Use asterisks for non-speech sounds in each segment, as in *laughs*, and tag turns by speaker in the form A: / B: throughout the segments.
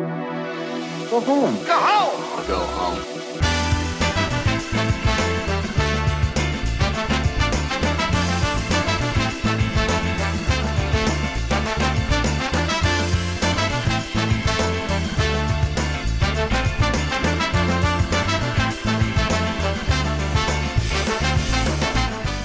A: Go home.
B: Go home!
A: Go home.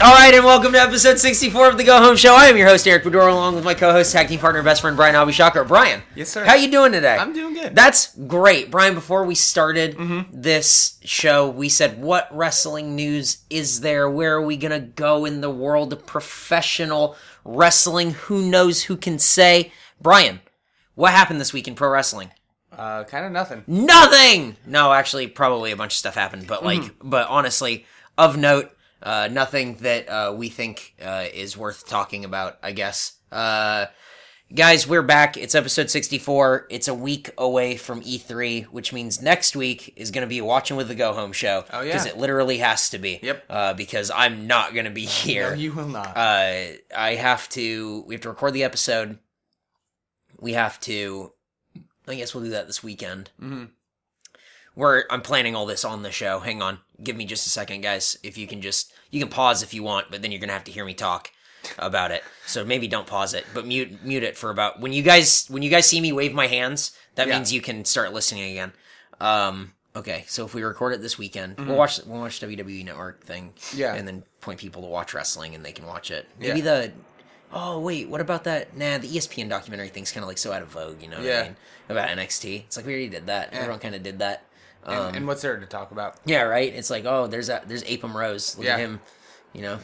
C: All right, and welcome to episode 64 of the Go Home Show. I am your host Eric Bedore, along with my co-host, tag team partner, best friend Brian Abishakar. Brian,
B: Yes, sir.
C: How you doing today?
B: I'm doing good. Mm-hmm.
C: That's great, Brian. Before we started this show, we said, "What wrestling news is there? Where are we gonna go in the world of professional wrestling? Who knows? Who can say?" Brian, what happened this week in pro wrestling?
B: Uh, kind of nothing.
C: nothing. No, actually, probably a bunch of stuff happened, but like,
B: Mm-hmm.
C: but honestly, of note, uh, nothing that uh, we think uh, is worth talking about. I guess, uh, guys, we're back. It's episode sixty-four. It's a week away from E three, which means next week is going to be watching with the Go Home Show.
B: Oh, yeah.
C: because it literally has to be.
B: Yep.
C: Uh, because I'm not going to be here
B: No, you will not.
C: uh, I have to. We have to record the episode. We have to. I guess we'll do that this weekend. Mm-hmm. We're. I'm planning all this on the show. Hang on. Give me just a second, guys. If you can just, you can pause if you want, but then you're gonna have to hear me talk about it. So maybe don't pause it, but mute mute it for about when you guys when you guys see me wave my hands. That
B: Yeah.
C: means you can start listening again. Um. Okay, so if we record it this weekend, we'll watch we'll watch WWE Network thing,
B: Mm-hmm. Yeah.
C: and then point people to watch wrestling and they can watch it.
B: Yeah.
C: Maybe the oh wait, what about that? Nah, the E ESPN documentary thing's kind of like so out of vogue, you know what
B: Yeah.
C: I mean? About NXT, it's like we already did that. Everyone kind of did that. Um,
B: and, and what's there to talk about?
C: yeah, right. It's like oh, there's that there's Apem Rose. Look
B: Yeah. Uh.
C: at him, you know,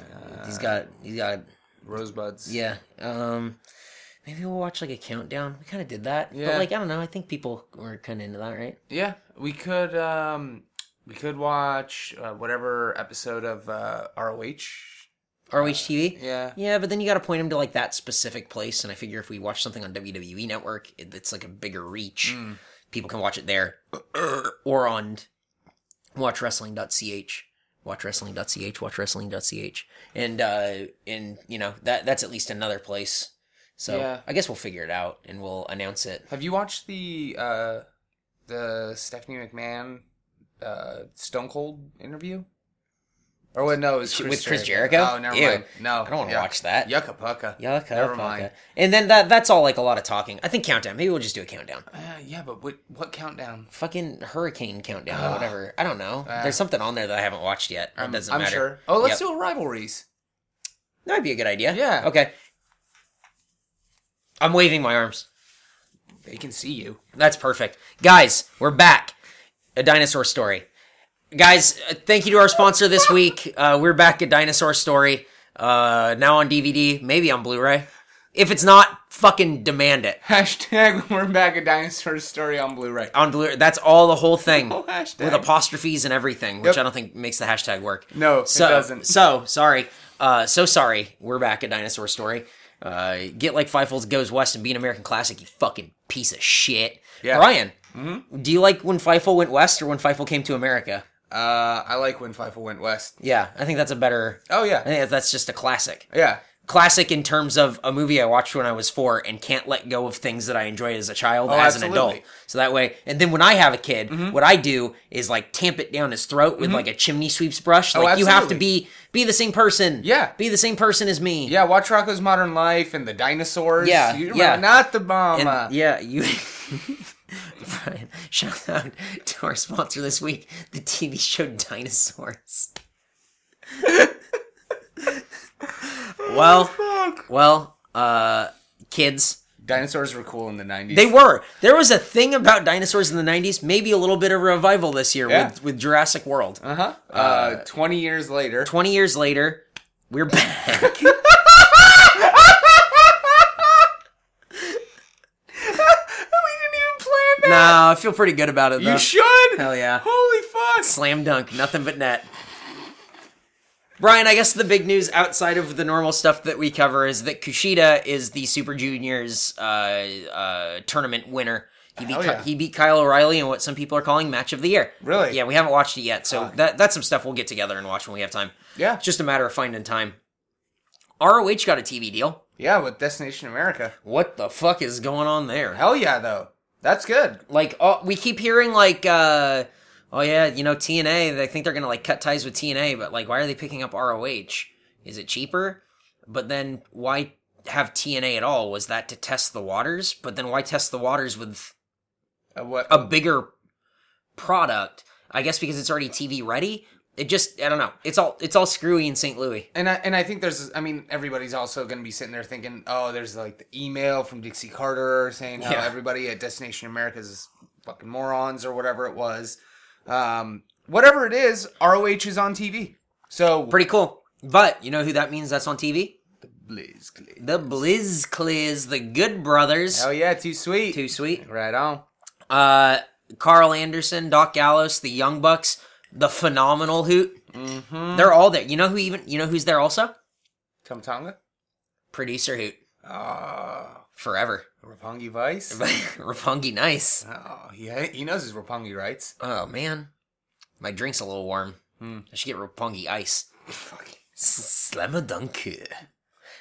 C: he's got he's got
B: Rosebuds.
C: yeah. Um, maybe we'll watch like a countdown. We kind of did that,
B: Yeah.
C: but like I don't know. I think people were kind of into that, right?
B: Yeah. We could um, we could watch uh, whatever episode of uh, ROH.
C: ROH TV.
B: Yeah.
C: Yeah, but then you got to point them to like that specific place, and I figure if we watch something on WWE Network, it, it's like a bigger reach.
B: Mm.
C: People can watch it there *clears throat* or on watchwrestling.ch, watchwrestling.ch, watchwrestling.ch, and uh, and you know that that's at least another place. So
B: Yeah.
C: I guess we'll figure it out and we'll announce it.
B: Have you watched the uh, the Stephanie McMahon uh, Stone Cold interview? Or what? No, it was
C: Sh-
B: Chris
C: with Chris Jericho?
B: Oh, never
C: Ew.
B: mind. No,
C: I don't wanna
B: yuck.
C: watch that.
B: Yucca pucka.
C: Yucca,
B: Never
C: fucka.
B: mind.
C: And then that that's all like a lot of talking. I think countdown. Maybe we'll just do a countdown.
B: Uh, yeah, but what what countdown?
C: Fucking hurricane countdown or whatever. I don't know. There's something on there that I haven't watched yet. It doesn't
B: Ah. I'm
C: matter.
B: sure. Oh, let's
C: Yep.
B: do a rivalries.
C: That would be a good idea.
B: Yeah.
C: Okay. I'm waving my arms.
B: They can see you.
C: That's perfect. Guys, we're back. A dinosaur story. Guys, uh, thank you to our sponsor this week. Uh, we're back at Dinosaur Story. Uh, now on DVD, maybe on Blu ray. If it's not, fucking demand it.
B: Hashtag *laughs* we're back at Dinosaur Story on Blu-ray. Uh,
C: On Blu ray. That's all the whole thing.
B: *laughs* Oh, hashtag.
C: with apostrophes and everything, which
B: Yep.
C: I don't think makes the hashtag work.
B: No, it
C: so,
B: doesn't.
C: So sorry, uh, so sorry. We're back at Dinosaur Story. Uh, get like Five Folds goes west and be an American classic. You fucking piece of shit,
B: Yeah. Mm-hmm.
C: Brian. Do you like when Fifel went west or when Fifel came to America?
B: Uh, I like when Fifo went west.
C: Yeah, I think that's a better.
B: Oh
C: I
B: yeah,
C: think that's just a classic.
B: yeah.
C: Classic in terms of a movie I watched when I was four and can't let go of things that I enjoyed as a child as an
B: Oh, absolutely. Mm-hmm.
C: adult. So that way, and then when I have a kid, what I do is like tamp it down his throat with like a chimney sweeps brush. Like you have to be be the same person.
B: Oh, Yeah.
C: be the same person as me.
B: Yeah, watch Rocco's Modern Life and the dinosaurs.
C: Yeah,
B: You
C: yeah.
B: remember- Not the Uh,
C: and
B: mama.
C: yeah, you. *laughs* Brian, shout out to our sponsor this week, the TV show
B: *laughs*
C: Dinosaurs. well, well, uh, kids.
B: Dinosaurs were cool in the 90s.
C: They were. There was a thing about dinosaurs in the '90s. Maybe a little bit of revival this year
B: Yeah.
C: with, with Jurassic World.
B: Uh-huh. Uh, 20 years later. *laughs*
C: Twenty years later, we're back. *laughs*
B: we didn't even plan
C: no, I feel pretty good about it. Though.
B: You should.
C: Hell yeah.
B: Holy fuck.
C: Slam dunk, nothing but net. Brian, I guess the big news outside of the normal stuff that we cover is that Kushida is the Super Juniors uh, uh, tournament winner. He beat,
B: Hell
C: Ky-
B: yeah.
C: he beat Kyle O'Reilly in what some people are calling match of the year.
B: Really?
C: Yeah, we haven't watched it yet, so that that's some stuff we'll get together and watch when we have time.
B: Yeah.
C: It's just a matter of finding time. ROH got a TV deal.
B: Yeah, with Destination America.
C: What the fuck is going on there?
B: Hell yeah, though. That's good.
C: Like oh, we keep hearing like uh oh yeah, you know TNA, they think they're going to like cut ties with TNA, but like why are they picking up ROH? Is it cheaper? But then why have TNA at all? Was that to test the waters? But then why test the waters with
B: Uh, what?
C: a bigger product? I guess because it's already TV ready. It just I don't know. It's all it's all screwy in St. Louis.
B: and I and I think there's. I mean, everybody's also going to be sitting there thinking, oh, there's like the email from Dixie Carter saying how
C: Yeah.
B: everybody at Destination America's is fucking morons or whatever it was. Um, whatever it is, ROH is on TV. So
C: Pretty cool. But you know who that means that's on TV?
B: Blizzclick.
C: The BlizzCliz, the Good Brothers.
B: Oh yeah, too sweet.
C: Too sweet.
B: right on.
C: Uh, Carl Anderson, Doc Gallows, the Young Bucks, the phenomenal Hoot. Mm-hmm. They're all there. You know who even you know who's there also?
B: Tomtonga.
C: Producer Hoot
B: Oh,
C: forever. *laughs*
B: Rapongi Vice.
C: Rapungi, nice.
B: Oh, yeah, he knows his Rapongi rights.
C: Oh man, my drink's a little warm. I should get Rapungi ice. Slam a dunk.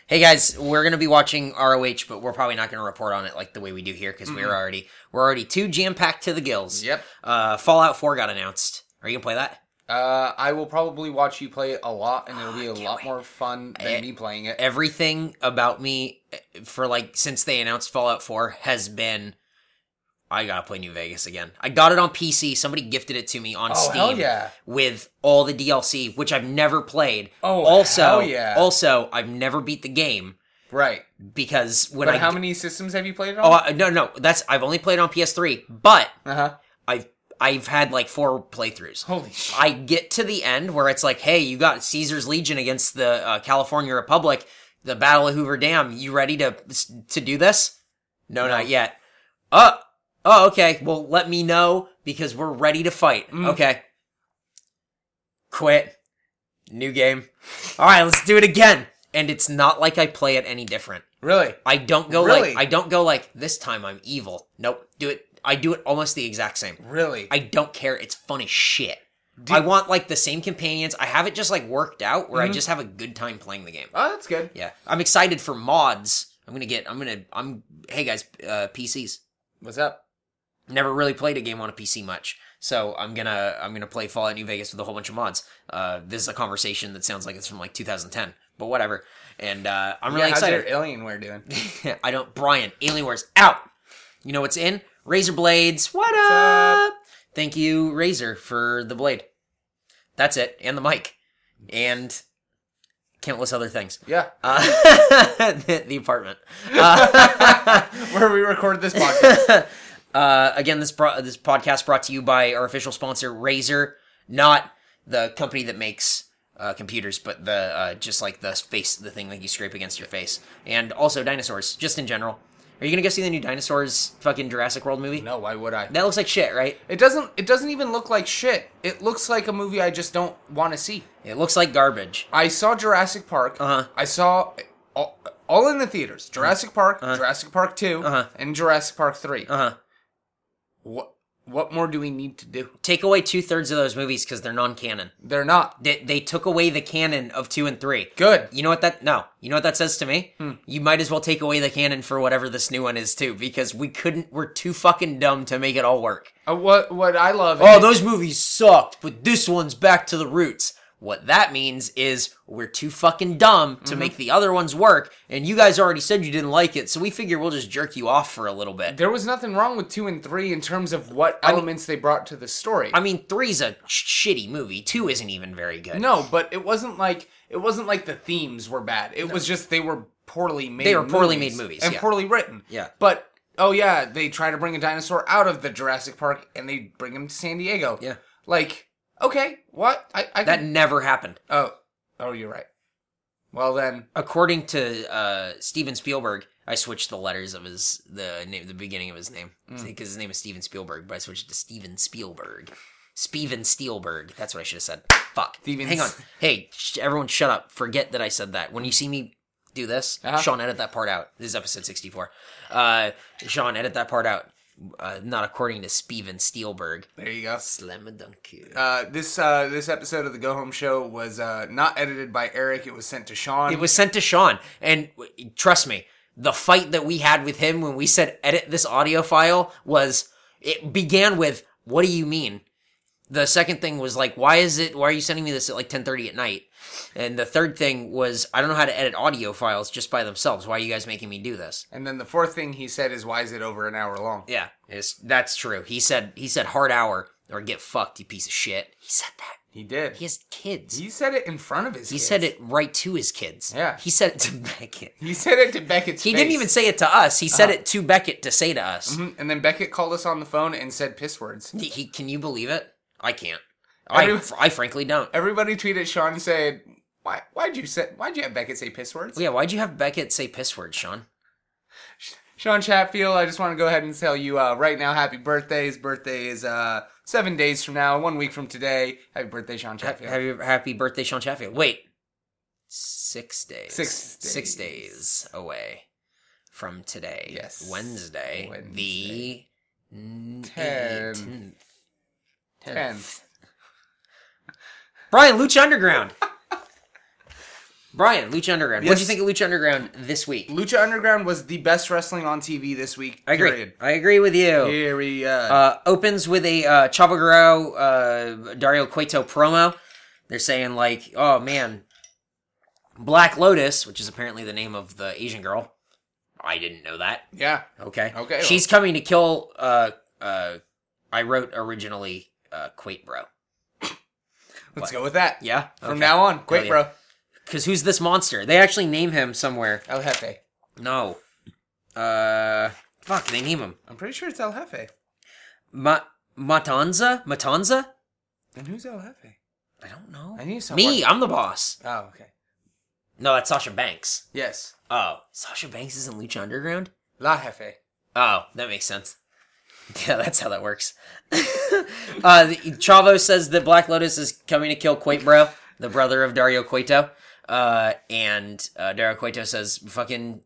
C: Hey guys, we're gonna be watching ROH, but we're probably not gonna report on it like the way we do here because we're already we're already too jam packed to the gills.
B: Yep.
C: Uh, Fallout Four got announced. Are you gonna play that?
B: Uh, I will probably watch you play it a lot, and it'll be
C: Ah,
B: a lot more fun than
C: Eh.
B: me playing it.
C: everything about me eh, for like since they announced Fallout 4 has been I gotta play New Vegas again. I got it on PC. Somebody gifted it to me on
B: Oh,
C: Steam
B: hell yeah.
C: with all the DLC, which I've never played.
B: Oh,
C: also,
B: hell yeah.
C: also I've never beat the game
B: Right.
C: because when
B: But
C: I
B: how many systems have you played it
C: oh
B: on?
C: I- no no that's I've only played on PS3, but
B: Uh huh.
C: I've I've had like four playthroughs.
B: Holy shit.
C: I get to the end where it's like, hey, you got Caesar's Legion against the uh, California Republic, the Battle of Hoover Dam. You ready to to do this? No, not yet. Oh, oh, okay. Well, let me know because we're ready to fight. Okay. Quit. New game. All right, let's do it again. And it's not like I play it any different.
B: Really?
C: I don't go
B: Really?
C: like I don't go like this time I'm evil. Nope. Do it. I do it almost the exact same.
B: Really?
C: I don't care. It's fun as shit. I want like the same companions. I have it just like worked out
B: Mhm.
C: where I just have a good time playing the game.
B: oh, that's good.
C: Yeah, I'm excited for mods. I'm gonna get. I'm gonna. I'm. Hey guys, uh, PCs.
B: What's up?
C: Never really played a game on a PC much, so I'm gonna. I'm gonna play Fallout New Vegas with a whole bunch of mods. Uh, this is a conversation that sounds like it's from like 2010, but whatever. And uh, I'm really
B: yeah, how's your
C: excited.
B: Alienware doing?
C: *laughs* I don't. Brian, Alienware's out. You know what's in? Razor blades. What up?
B: up?
C: Thank you, Razor, for the blade. That's it, and the mic, and countless other things.
B: yeah. *laughs*
C: Uh, *laughs* the, the apartment. Uh,
B: Where we recorded
C: *laughs*
B: this podcast.
C: uh, again, this bro- this podcast brought to you by our official sponsor, Razor, not the company that makes uh, computers, but the uh, just like the face, the thing that you scrape against your face, and also dinosaurs, just in general. Are you gonna go see the new dinosaurs fucking Jurassic World movie?
B: no, why would I?
C: That looks like shit, right?
B: It doesn't. It doesn't even look like shit. It looks like a movie I just don't want to see.
C: It looks like garbage.
B: I saw Jurassic Park.
C: Uh-huh.
B: I saw all, all in the theaters: Jurassic Park, Jurassic Park 2
C: Uh-huh.
B: and Jurassic Park Three.
C: Uh huh.
B: What What more do we need to do?
C: Take away two thirds of those movies because they're non-canon.
B: They're not
C: They, they took away the canon of two and three.
B: good.
C: You know what that? No. You know what that says to me? You might as well take away the canon for whatever this new one is too, because we couldn't. We're too fucking dumb to make it all work.
B: Uh, what What I love.
C: Oh,
B: is-
C: those movies sucked, but this one's back to the roots. What that means is we're too fucking dumb to make the other ones work, and you guys already said you didn't like it, so we figure we'll just jerk you off for a little bit.
B: there was nothing wrong with two and three in terms of what elements they brought to the story.
C: I mean, three's a sh- shitty movie. Two isn't even very good.
B: no, but it wasn't like it wasn't like the themes were bad. It was just they were poorly made.
C: They were poorly made movies,
B: and
C: yeah.
B: poorly written.
C: Yeah.
B: but. Oh yeah, they try to bring a dinosaur out of the Jurassic Park and they bring him to San Diego.
C: Yeah.
B: Like, okay, what? I, I
C: that
B: can-
C: never happened.
B: Oh, oh, you're right. Well then,
C: according to uh, Steven Spielberg, I switched the letters of his the name, the beginning of his name,
B: Hmm.
C: because his name is Steven Spielberg, but I switched it to Steven Spielberg. Steven Spielberg. That's what I should have said. Fuck.
B: Steven
C: Hang on.
B: S-
C: Hey, sh- everyone, shut up. Forget that I said that. When you see me do this,
B: Uh-huh.
C: Sean, edit that part out. This is episode sixty-four. Uh, Sean, edit that part out. Uh, not according to Steven Spielberg.
B: there you go.
C: Slam a dunk.
B: Uh, this uh, this episode of the Go Home Show was uh, not edited by Eric. It was sent to Sean.
C: It was sent to Sean, and w- trust me, the fight that we had with him when we said edit this audio file was it began with what do you mean? The second thing was like why is it why are you sending me this at like 10:30 at night? And the third thing was I don't know how to edit audio files just by themselves. Why are you guys making me do this?
B: And then the fourth thing he said is, "Why is it over an hour long?"
C: Yeah, it's, that's true. He said he said hard hour or get fucked, you piece of shit. He said that.
B: He did.
C: He
B: He,
C: has kids. He,
B: said it in front of his. kids.
C: said it right to his kids.
B: Yeah.
C: He said it to *laughs* Beckett.
B: He said it to Beckett's.
C: He
B: face.
C: didn't even say it to us. He said
B: Uh-huh.
C: it to Beckett to say to us.
B: Mhm. And then Beckett called us on the phone and said piss words.
C: He, he- can you believe it? I can't. I,
B: Everyone-
C: I frankly don't.
B: Everybody tweeted Sean and said, "Why? Why'd you say? Why'd you have Beckett say piss words?"
C: Yeah, why'd you have Beckett say piss words, Sean?
B: Sean Chatfield, I just want to go ahead and tell you uh, right now, happy birthday. His birthday is uh, seven days from now, one week from today. Happy birthday, Sean
C: Happy,
B: Chatfield.
C: happy, happy birthday, Sean Chatfield. Wait, six days.
B: Six
C: Six
B: days.
C: days away from today.
B: Yes.
C: Wednesday.
B: Wednesday.
C: The n-
B: Ten.
C: 18th.
B: Tenth.
C: Brian,
B: *laughs*
C: Lucha Underground. Brian, Lucha Underground. What
B: Yes.
C: would you think of Lucha Underground this week?
B: Lucha Underground was the best wrestling on TV this week.
C: I agree.
B: Period.
C: I agree with you.
B: Period.
C: Uh, opens with a uh, Chavo Guerrero, uh, Dario Cueto promo. They're saying like, "Oh man, Black Lotus, which is apparently the name of the Asian girl. I didn't know that.
B: yeah.
C: Okay,
B: Okay, well.
C: She's coming to kill. Uh, uh, I wrote originally, uh, Quate Bro.
B: Let's go with that.
C: Yeah,
B: From now on, great,
C: yeah.
B: bro.
C: because who's this monster? They actually name him somewhere.
B: El Jefe.
C: No, uh, fuck, they name him
B: I'm pretty sure it's El Jefe.
C: Ma- Matanza. Matanza.
B: And who's El Jefe?
C: I don't know.
B: I need someone.
C: Me, I'm the boss.
B: Oh, okay.
C: No, that's Sasha Banks.
B: Yes.
C: Oh, Sasha Banks is in Lucha Underground.
B: La Jefe.
C: Oh, that makes sense. *laughs* Yeah, that's how that works. *laughs* uh, the- Chavo says that Black Lotus is coming to kill Quate Bro, the brother of Dario Cueto. Uh, and uh, Dario Cueto says, "Fucking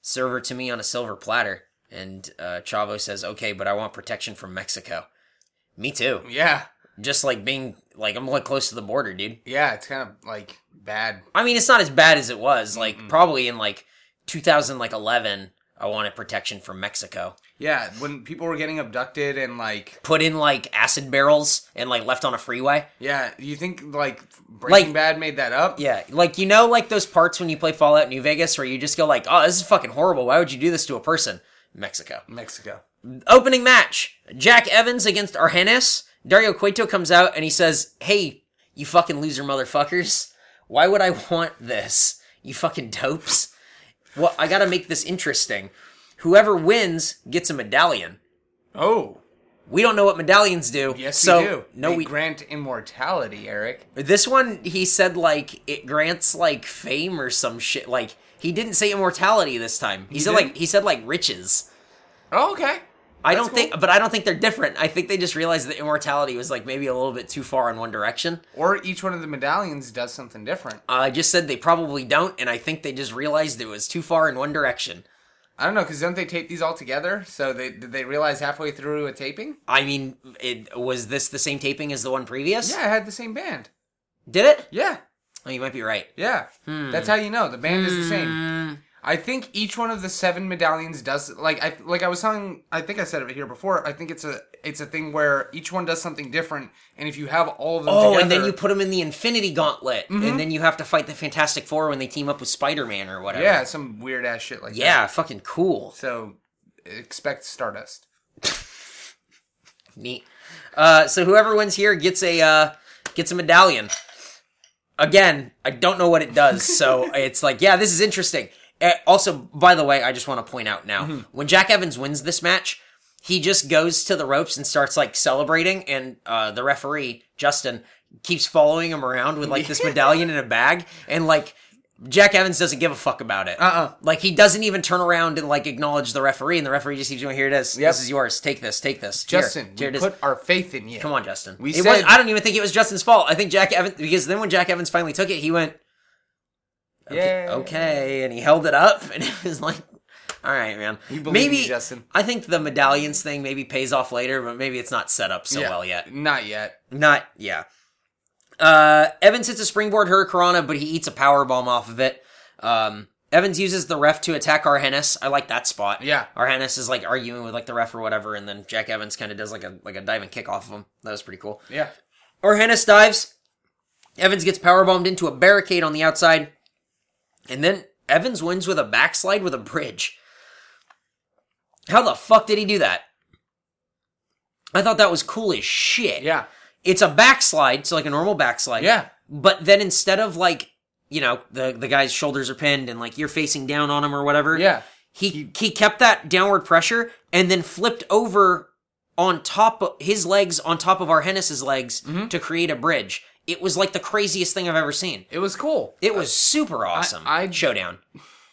C: serve her to me on a silver platter." And uh, Chavo says, "Okay, but I want protection from Mexico." Me too.
B: Yeah.
C: Just like being like I'm like close to the border, dude.
B: Yeah, it's kind of like bad.
C: I mean, it's not as bad as it was. Like probably in like 2011, I wanted protection from Mexico.
B: Yeah, when people were getting abducted and like,
C: Put in like acid barrels and like left on a freeway.
B: yeah, you think like Breaking
C: Like-
B: Bad made that up?
C: Yeah, like you know, like those parts when you play Fallout New Vegas where you just go like, "Oh, this is fucking horrible. Why would you do this to a person?" Mexico.
B: Mexico.
C: Opening match: Jack Evans against Arjenis. Dario Cueto comes out and he says, "Hey, you fucking loser motherfuckers! Why would I want this? You fucking dopes! Well, I gotta make this interesting. Whoever wins gets a medallion.
B: Oh,
C: We don't know what medallions do.
B: yes,
C: so
B: we do.
C: no,
B: They
C: we
B: grant immortality, Eric.
C: This one, he said, like, it grants, like, fame or some shit. Like, he didn't say immortality this time. He, said,
B: didn't?
C: like, he said, like, riches.
B: Oh, okay.
C: I
B: That's
C: don't think, but I don't think they're different. I think they just realized that immortality was, like, maybe a little bit too far in one direction.
B: Or each one of the medallions does something different.
C: I just said they probably don't, and I think they just realized it was too far in one direction.
B: I don't know, because don't they tape these all together? So they did they realize halfway through a taping?
C: I mean, it, was this the same taping as the one previous?
B: Yeah, I had the same band.
C: Did it?
B: Yeah,
C: Oh, you might be right.
B: yeah.
C: Hmm.
B: That's how you know the band is the same. I think each one of the seven medallions does like I like I was telling. I think I said it here before. I think it's a it's a thing where each one does something different, and if you have all of them
C: Oh,
B: together,
C: and then you put them in the Infinity Gauntlet, and then you have to fight the Fantastic Four when they team up with Spider Man or whatever.
B: yeah, some weird ass shit like that.
C: Yeah, fucking cool.
B: So expect Stardust.
C: Neat. Uh, so whoever wins here gets a uh, gets a medallion. Again, I don't know what it does,
B: *laughs*
C: so it's like, yeah, this is interesting. Uh, also, by the way, I just want to point out now
B: Mm-hmm.
C: when Jack Evans wins this match, he just goes to the ropes and starts like celebrating, and uh, the referee Justin keeps following him around with
B: *laughs*
C: like this medallion in a bag, and like Jack Evans doesn't give a fuck about it.
B: Uh-uh.
C: Like he doesn't even turn around and like acknowledge the referee, and the referee just keeps going, "Here it is.
B: Yep.
C: This is yours. Take this. Take this." Here,
B: Justin,
C: here it
B: we
C: is."
B: put our faith in you.
C: Come on, Justin.
B: We
C: it
B: said-
C: was, I don't even think it was Justin's fault. I think Jack Evans because then when Jack Evans finally took it, he went
B: Yeah.
C: okay, and he held it up, *laughs* and it was like, all right, man.
B: believe
C: maybe
B: you, Justin.
C: I think the medallions thing maybe pays off later, but maybe it's not set up so well yet.
B: Not yet.
C: Not yeah. Uh, Evans hits a springboard hurricanrana, but he eats a power bomb off of it. Um, Evans uses the ref to attack Arhennis. I like that spot.
B: Yeah.
C: Arhennis is like arguing with like the ref or whatever, and then Jack Evans kind of does like a like a diving kick off of him. That was pretty cool.
B: Yeah.
C: Arhennis dives. Evans gets power bombed into a barricade on the outside, and then Evans wins with a backslide with a bridge. How the fuck did he do that? I thought that was cool as shit.
B: Yeah.
C: It's a backslide, so like a normal backslide.
B: Yeah.
C: But then instead of like, you know, the the guy's shoulders are pinned and like you're facing down on him or whatever.
B: Yeah.
C: He he kept that downward pressure and then flipped over on top of his legs on top of Arhennis's legs
B: Mm-hmm.
C: to create a bridge. It was like the craziest thing I've ever seen.
B: It was cool.
C: It was super awesome.
B: I-
C: showdown.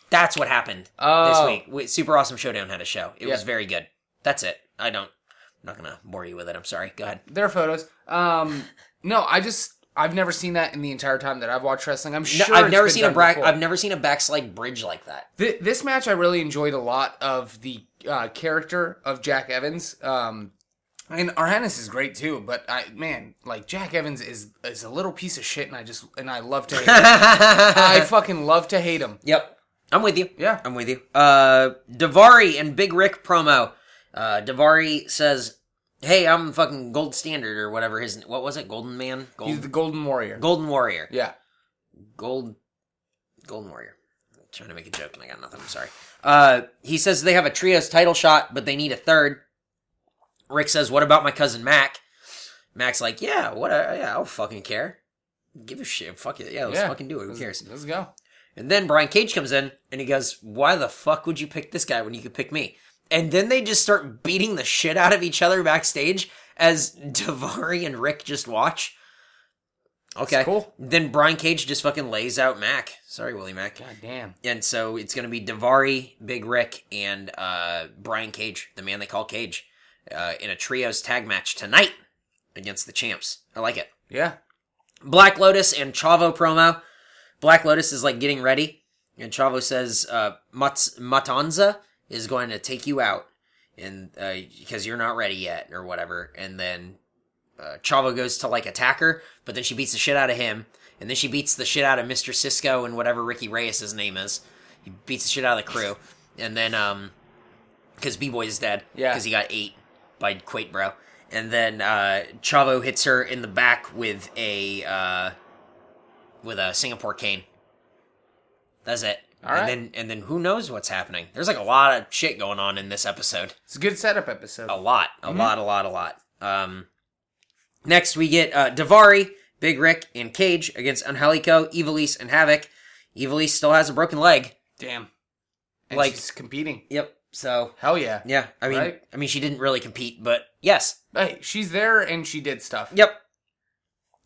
C: That's what happened
B: Oh.
C: this week. We- Super awesome showdown had a show. It was
B: Yeah.
C: very good. That's it. I don't. I'm not gonna bore you with it. I'm sorry. Go ahead.
B: There are photos. Um, no, I just I've never seen that in the entire time that I've watched wrestling. I'm
C: No,
B: sure
C: I've
B: it's
C: never
B: been
C: seen a
B: done
C: bra-
B: before.
C: I've never seen a backslide bridge like that.
B: Th- this match, I really enjoyed a lot of the uh, character of Jack Evans. Um, and Arhannis is great too, but I man, like Jack Evans is is a little piece of shit, and I just and I love to hate
C: *laughs*
B: him. I fucking love to hate him.
C: Yep. I'm with you.
B: Yeah.
C: I'm with you. Uh, Davari and Big Rick promo. Uh, Davari says, "Hey, I'm fucking Gold Standard or whatever his what was it? Golden Man, Gold,
B: He's the Golden Warrior.
C: Golden Warrior,
B: yeah,
C: Gold, Golden Warrior." I'm trying to make a joke and I got nothing. I'm sorry. Uh, he says they have a trios title shot, but they need a third. Rick says, "What about my cousin Mac?" Mac's like, "Yeah, what? uh, yeah, I don't fucking care. Give a shit. Fuck it. Yeah, let's
B: yeah.
C: fucking do it. Who
B: Let's-
C: cares?"
B: Let's go.
C: And then Brian Cage comes in and he goes, Why the fuck would you pick this guy when you could pick me? And then they just start beating the shit out of each other backstage as *laughs* Davari and Rick just watch. Okay.
B: It's cool.
C: Then Brian Cage just fucking lays out Mac. Sorry, Willie Mac.
B: God damn.
C: And so it's going to be Davari, Big Rick, and uh, Brian Cage, the man they call Cage, uh, in a trios tag match tonight against the champs. I like it.
B: Yeah,
C: Black Lotus and Chavo promo. Black Lotus is like getting ready, and Chavo says, uh, Mats- Matanza is going to take you out, and uh, because you're not ready yet, or whatever. And then uh, Chavo goes to like attack her, but then she beats the shit out of him, and then she beats the shit out of Mr. Cisco and whatever Ricky Reyes' name is. He beats the shit out of the crew, and then, um, because B Boy is dead.
B: Yeah.
C: Because he got eight by Quaid Bro. And then uh, Chavo hits her in the back with a uh, with a Singapore cane. That's it.
B: All right.
C: And then and then who knows what's happening? There's like a lot of shit going on in this episode.
B: it's a good setup episode.
C: A lot, a
B: Mhm.
C: lot, a lot, a lot. Um, next we get uh, Davari, Big Rick, and Cage against Angelico, Evilise, and Havoc. Evilise still has a broken leg.
B: Damn. And
C: Like-
B: she's competing.
C: Yep. So
B: Hell yeah.
C: yeah, I mean,
B: Right.
C: I mean, she didn't really compete, but yes,
B: Hey, she's there and she did stuff.
C: Yep.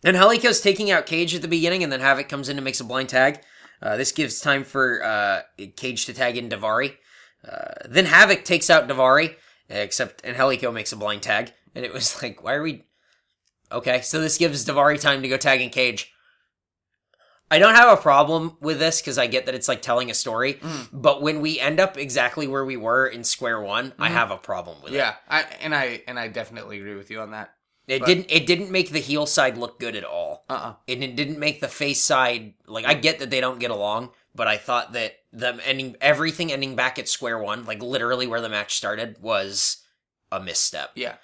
C: And Helico's taking out Cage at the beginning, and then Havoc comes in and makes a blind tag. Uh, this gives time for uh, Cage to tag in Davari. Uh, then Havoc takes out Davari, except and Helico makes a blind tag, and it was *laughs* like, why are we? Okay, so this gives Davari time to go tag in Cage. I don't have a problem with this because I get that it's like telling a story,
B: Mm.
C: but when we end up exactly where we were in square one, I have a problem with it.
B: Yeah, I and I and I definitely agree with you on that.
C: It didn't. It didn't make the heel side look good at all.
B: Uh uh
C: and it didn't make the face side like I get that they don't get along, but I thought that them ending everything ending back at square one, like literally where the match started, was a misstep.
B: Yeah.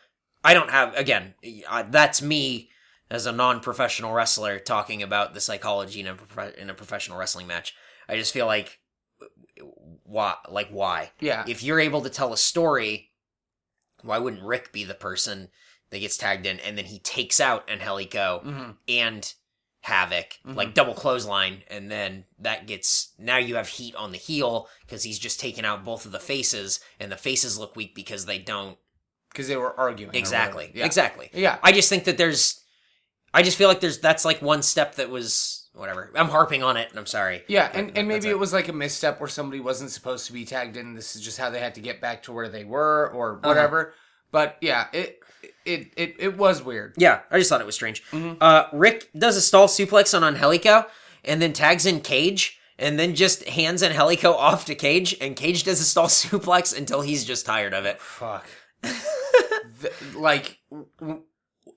C: I don't have again. I, that's me as a non-professional wrestler talking about the psychology in a prof- in a professional wrestling match. I just feel like why, like why?
B: Yeah.
C: If you're able to tell a story, why wouldn't Rick be the person that gets tagged in and then he takes out Angelico?
B: hmm
C: and havoc
B: Mhm.
C: like double clothesline and then that gets now you have heat on the heel because he's just taken out both of the faces and the faces look weak because they don't
B: Because they were arguing. or
C: exactly
B: whatever. Yeah.
C: exactly
B: Yeah.
C: i just think that there's i just feel like there's that's like one step that was whatever i'm harping on it and i'm sorry
B: Yeah,
C: But
B: and,
C: that-
B: and maybe
C: that's
B: it. was like a misstep where somebody wasn't supposed to be tagged in. This is just how they had to get back to where they were or
C: Uh-huh.
B: whatever. But yeah, it it it, it was weird.
C: Yeah, I just thought it was strange. Uh, Rick does a stall suplex on Angelico and then tags in Cage and then just hands Angelico off to Cage and Cage does a
B: *laughs*
C: stall *laughs* suplex until he's just tired of it.
B: Fuck. Th- like w- w-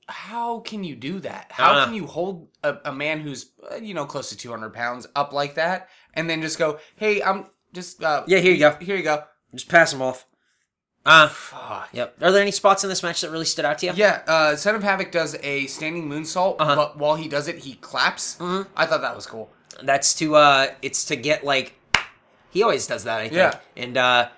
B: how can you do that?
C: I don't
B: How
C: know.
B: can you hold a, a man who's uh, you know close to 200 pounds up like that and then just go, hey, I'm just uh,
C: Yeah, here you go.
B: here you go.
C: Just pass him off. Ah,
B: Fuck.
C: yep. Are there any spots in this match that really stood out to you?
B: Yeah, uh, Son of Havoc does a standing moonsault,
C: Uh-huh.
B: but while he does it, he claps.
C: Mm-hmm.
B: I thought that was cool.
C: That's to uh, it's to get like, he always does that. I think.
B: Yeah.
C: And uh,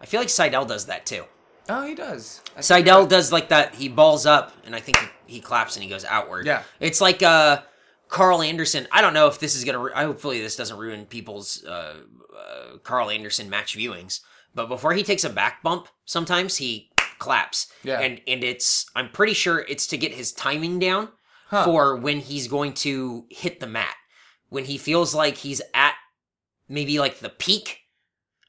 C: I feel like Seidel does that too.
B: Oh, he does. I think
C: Seidel does like that. He balls up, and I think he, he claps and he goes outward.
B: Yeah.
C: It's like uh, Carl Anderson. I don't know if this is gonna. Ru- I hopefully this doesn't ruin people's uh, uh, Carl Anderson match viewings. But before he takes a back bump, sometimes he claps.
B: Yeah.
C: And and it's I'm pretty sure it's to get his timing down
B: Huh.
C: for when he's going to hit the mat. When he feels like he's at maybe like the peak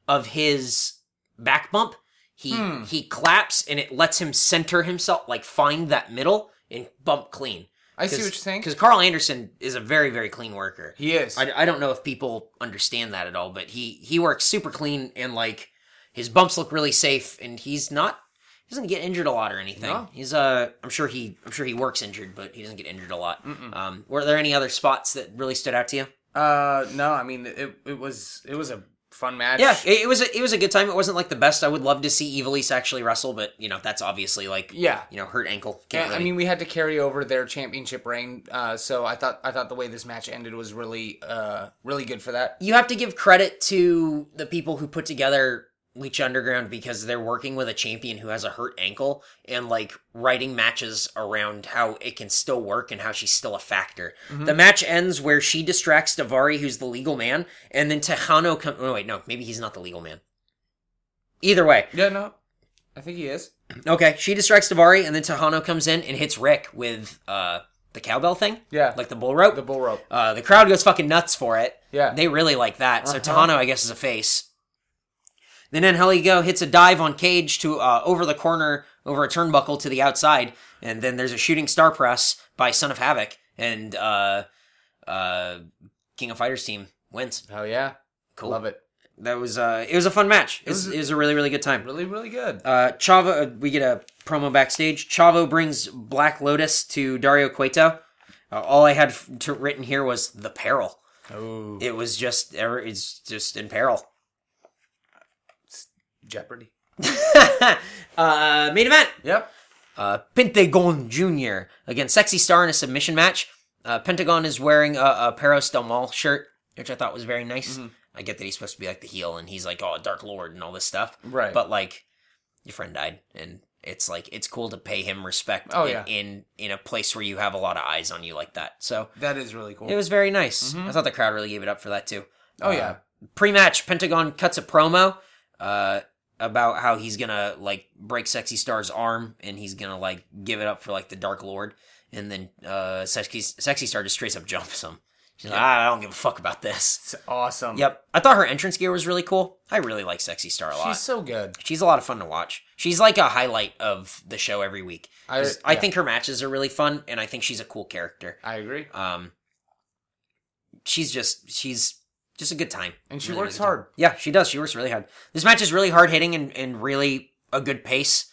C: of his back bump, he
B: Hmm.
C: he claps and it lets him center himself, like find that middle and bump clean.
B: I see what you're saying.
C: Because Carl Anderson is a very very clean worker.
B: He is.
C: I, I don't know if people understand that at all, but he he works super clean and like his bumps look really safe, and he's not he doesn't get injured a lot or anything.
B: No.
C: He's uh I'm sure he I'm sure he works injured, but he doesn't get injured a lot. Um, were there any other spots that really stood out to you?
B: Uh, no, I mean it. It was it was a fun match.
C: Yeah, it, it was a, it was a good time. It wasn't like the best. I would love to see Evilise actually wrestle, but you know that's obviously like
B: yeah.
C: you know hurt ankle.
B: Yeah,
C: Can't
B: I
C: really-
B: mean, we had to carry over their championship reign, uh, so I thought I thought the way this match ended was really, uh, really good for that.
C: you have to give credit to the people who put together Leech Underground because they're working with a champion who has a hurt ankle and like writing matches around how it can still work and how she's still a factor.
B: Mm-hmm.
C: The match ends where she distracts Davari, who's the legal man, and then Tejano comes. Oh wait, no, maybe he's not the legal man. Either way,
B: Yeah, no, I think he is.
C: Okay, she distracts Davari, and then Tahano comes in and hits Rick with uh, the cowbell thing.
B: Yeah.
C: like the bull rope.
B: The bull rope.
C: uh, the crowd goes fucking nuts for it.
B: Yeah.
C: they really like that. So Tahano, I guess, is a face. Then Angelico hits a dive on Cage to uh, over the corner, over a turnbuckle to the outside, and then there's a shooting star press by Son of Havoc, and uh, uh, King of Fighters team wins.
B: Hell yeah,
C: Cool.
B: love it.
C: That was uh, it was a fun match. It was, it was a really really good time.
B: Really, really good.
C: Uh, Chavo, uh, we get a promo backstage. Chavo brings Black Lotus to Dario Cueto. Uh, all I had f- to, written here was the peril.
B: oh,
C: It was just, er, it's just in peril.
B: Jeopardy.
C: *laughs* uh, main event:
B: Yep.
C: uh, Pentagon Jr. against Sexy Star in a submission match. Uh, Pentagon is wearing a, a Peros Del Mal shirt, which I thought was very nice.
B: Mm-hmm.
C: I get that he's supposed to be like the heel, and he's like, oh, Dark Lord and all this stuff.
B: Right.
C: But like, your friend died, and it's like it's cool to pay him respect.
B: Oh,
C: in,
B: yeah.
C: in in a place where you have a lot of eyes on you like that. So
B: That is really cool.
C: it was very nice. I thought the crowd really gave it up for that too.
B: Mm-hmm.
C: Uh,
B: Oh, yeah.
C: Pre-match, Pentagon cuts a promo uh, about how he's gonna like break Sexy Star's arm and he's gonna like give it up for like the Dark Lord, and then uh, Sexy Sexy Star just straight up jumps him. She's like, "Ah, I don't give a fuck about this.
B: it's awesome.
C: Yep, I thought her entrance gear was really cool. I really like Sexy Star a lot.
B: She's so good.
C: She's a lot of fun to watch. She's like a highlight of the show every week. 'Cause
B: I-
C: I,
B: yeah.
C: think her matches are really fun, and I think she's a cool character.
B: I agree.
C: Um, she's just she's just a good time,
B: And she
C: Really,
B: works
C: really good time.
B: hard.
C: Yeah, she does. She works really hard. This match is really hard hitting and and really a good pace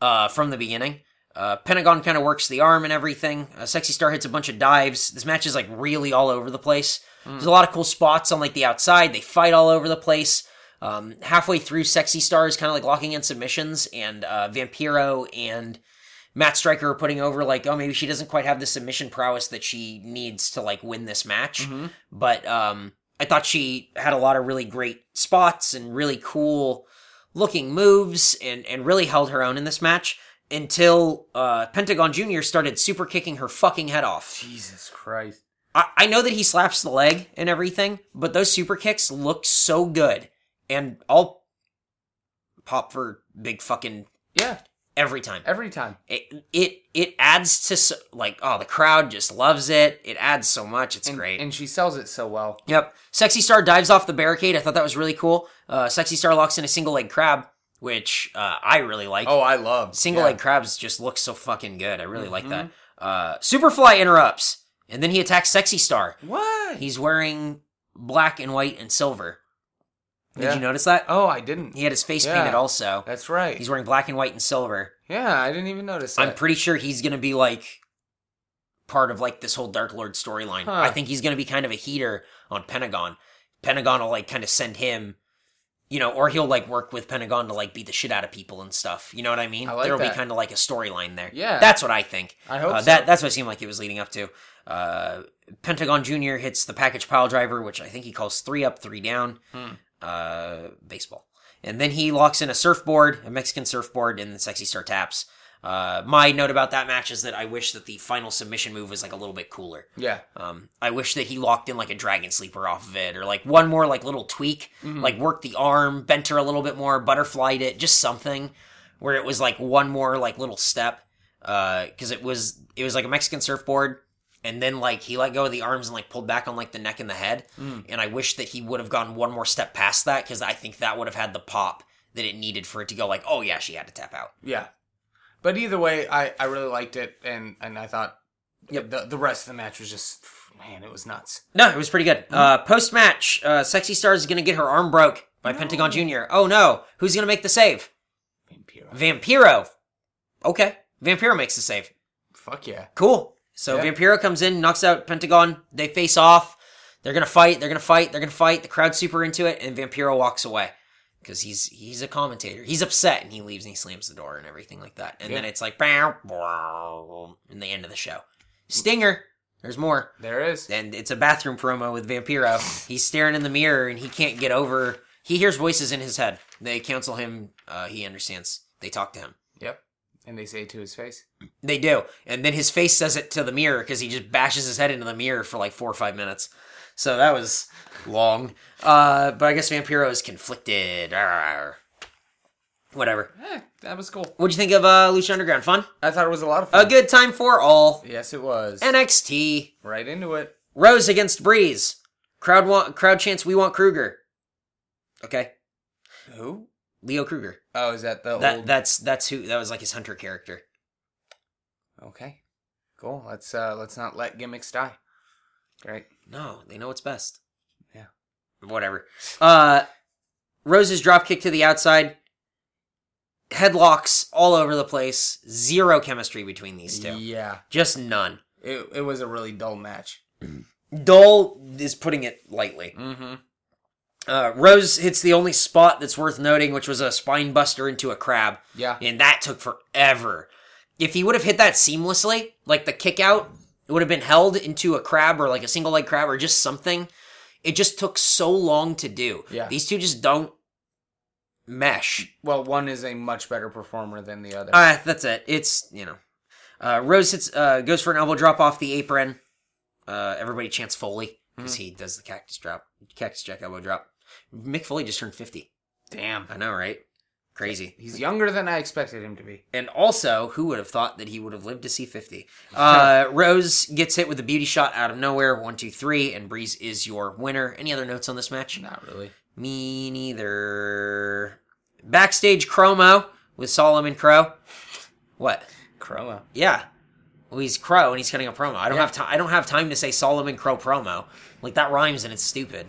C: uh, from the beginning. Uh, Pentagon kind of works the arm and everything. Uh, Sexy Star hits a bunch of dives. This match is like really all over the place.
B: Hmm.
C: There's a lot of cool spots on like the outside. They fight all over the place. Um, halfway through, Sexy Star is kind of like locking in submissions, and uh, Vampiro and Matt Stryker are putting over like, oh, maybe she doesn't quite have the submission prowess that she needs to like win this match. But um, I thought she had a lot of really great spots and really cool looking moves and, and really held her own in this match until uh, Pentagon Jr. started super kicking her fucking head off.
B: Jesus Christ.
C: I, I know that he slaps the leg and everything, but those super kicks look so good. And I'll pop for big fucking
B: Yeah.
C: every time
B: Every time.
C: it it it adds to so, like oh the crowd just loves it it adds so much it's
B: And-
C: great
B: And she sells it so well.
C: yep sexy star dives off the barricade i thought that was really cool uh sexy star locks in a single leg crab which uh i really like
B: Oh, I love
C: single
B: yeah. Mm-hmm.
C: leg crabs just look so fucking good i really like that uh superfly interrupts and then he attacks sexy star
B: What?
C: he's wearing black and white and silver did
B: Yeah.
C: you notice that
B: Oh, I didn't.
C: he had his face
B: Yeah.
C: painted also
B: That's right.
C: he's wearing black and white and silver
B: Yeah, I didn't even notice. That.
C: I'm pretty sure he's gonna be like part of like this whole Dark Lord storyline.
B: Huh.
C: I think he's gonna be kind of a heater on Pentagon. Pentagon will like kind of send him, you know, or he'll like work with Pentagon to like beat the shit out of people and stuff. You know what I mean?
B: I like
C: There'll
B: that.
C: be kind of like a storyline there.
B: Yeah.
C: that's what I think.
B: I hope
C: Uh,
B: so.
C: That that's what it seemed like it was leading up to. Uh, Pentagon Junior hits the package pile driver, which I think he calls three up, three down.
B: Hmm.
C: Uh, baseball, and then he locks in a surfboard, a Mexican surfboard, and the sexy star taps. Uh, my note about that match is that I wish that the final submission move was like a little bit cooler.
B: Yeah.
C: Um, I wish that he locked in like a dragon sleeper off of it, or like one more like little tweak, like worked the arm, bent her a little bit more, butterflied it, just something where it was like one more like little step. Because it was it was like a Mexican surfboard, and then like he let go of the arms and like pulled back on like the neck and the head. And I wish that he would have gone one more step past that because I think that would have had the pop that it needed for it to go like, oh yeah, she had to tap out.
B: Yeah. But either way, I, I really liked it, and, and I thought
C: Yep.
B: the, the rest of the match was just, man, it was nuts.
C: No, it was pretty good.
B: Mm-hmm.
C: Uh, Post match, uh, Sexy Stars is going to get her arm broke by Pentagon Jr. Oh no, who's going to make the save?
B: Vampiro.
C: Vampiro. Okay, Vampiro makes the save.
B: Fuck yeah.
C: Cool. So
B: Yeah.
C: Vampiro comes in, knocks out Pentagon. They face off. They're gonna fight. They're gonna fight. They're gonna fight. The crowd's super into it, and Vampiro walks away because he's he's a commentator. He's upset, and he leaves and he slams the door and everything like that. And
B: Yeah.
C: then it's like, bow, bow, and the end of the show. Stinger. There's more
B: There is.
C: and it's a bathroom promo with Vampiro. He's staring in the mirror and he can't get over. He hears voices in his head. They counsel him. Uh, he understands. They talk to him.
B: Yep. And they say it to his face.
C: They do, and then his face says it to the mirror because he just bashes his head into the mirror for like four or five minutes. So that was long. Uh, but I guess Vampiro is conflicted. Arr. Whatever.
B: Eh, that was cool.
C: What'd you think of uh, Lucha Underground? Fun?
B: I thought it was a lot of fun.
C: A good time for all.
B: Yes, it was.
C: NXT.
B: right into it.
C: Rose against Breeze. Crowd want crowd chants. We want Kruger. Okay,
B: Who?
C: Leo Kruger.
B: Oh, is that the
C: That
B: old?
C: that's that's who that was like his hunter character.
B: Okay, cool. Let's uh let's not let gimmicks die. Right.
C: No, they know what's best.
B: Yeah.
C: whatever. Uh, Rose's drop kick to the outside. Headlocks all over the place. Zero chemistry between these two.
B: Yeah.
C: Just none.
B: It it was a really dull match.
C: Dull is putting it lightly.
B: Mm-hmm.
C: Uh, Rose hits the only spot that's worth noting, which was a spine buster into a crab.
B: Yeah.
C: And that took forever. If he would have hit that seamlessly, like the kick out, it would have been held into a crab or like a single leg crab or just something. It just took so long to do.
B: Yeah.
C: These two just don't mesh.
B: Well, one is a much better performer than the other.
C: Uh, that's it. It's, you know. Uh, Rose hits, uh, goes for an elbow drop off the apron. Uh, everybody chants Foley because he does the cactus drop, cactus jack elbow drop. Mick Foley just turned 50.
B: Damn.
C: I know, right? Crazy.
B: He's younger than I expected him to be.
C: And also, who would have thought that he would have lived to see 50? Uh, Rose gets hit with a beauty shot out of nowhere. One, two, three. And Breeze is your winner. Any other notes on this match?
B: Not really.
C: Me neither. Backstage chromo with Solomon Crow. What?
B: Chroma.
C: Yeah. Well, he's Crow and he's cutting a promo. I don't have time. I don't have time to say Solomon Crow promo. Like that rhymes and it's stupid.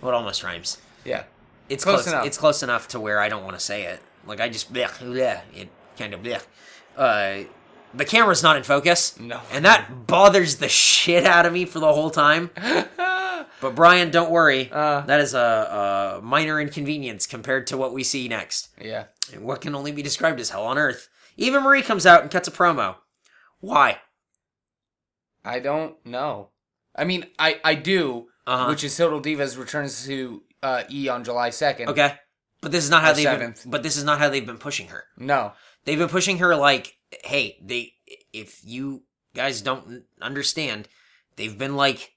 C: Well, it almost rhymes.
B: *laughs* Yeah.
C: It's
B: Close
C: close,
B: enough.
C: It's close enough to where I don't want to say it. Like I just blech, blech, it kind of blech. Uh, the camera's not in focus.
B: No.
C: and that bothers the shit out of me for the whole time. but Brian, don't worry.
B: Uh.
C: that is a, a minor inconvenience compared to what we see next,
B: Yeah.
C: and what can only be described as hell on earth. Eva Marie comes out and cuts a promo. Why?
B: I don't know. I mean, I I do,
C: Uh-huh.
B: which is Total Divas returns to uh, E on July second.
C: Okay, but this is not how
B: The
C: they've. Been,
B: seventh.
C: but this is not how they've been pushing her.
B: No.
C: they've been pushing her like hey they if you guys don't n- understand they've been like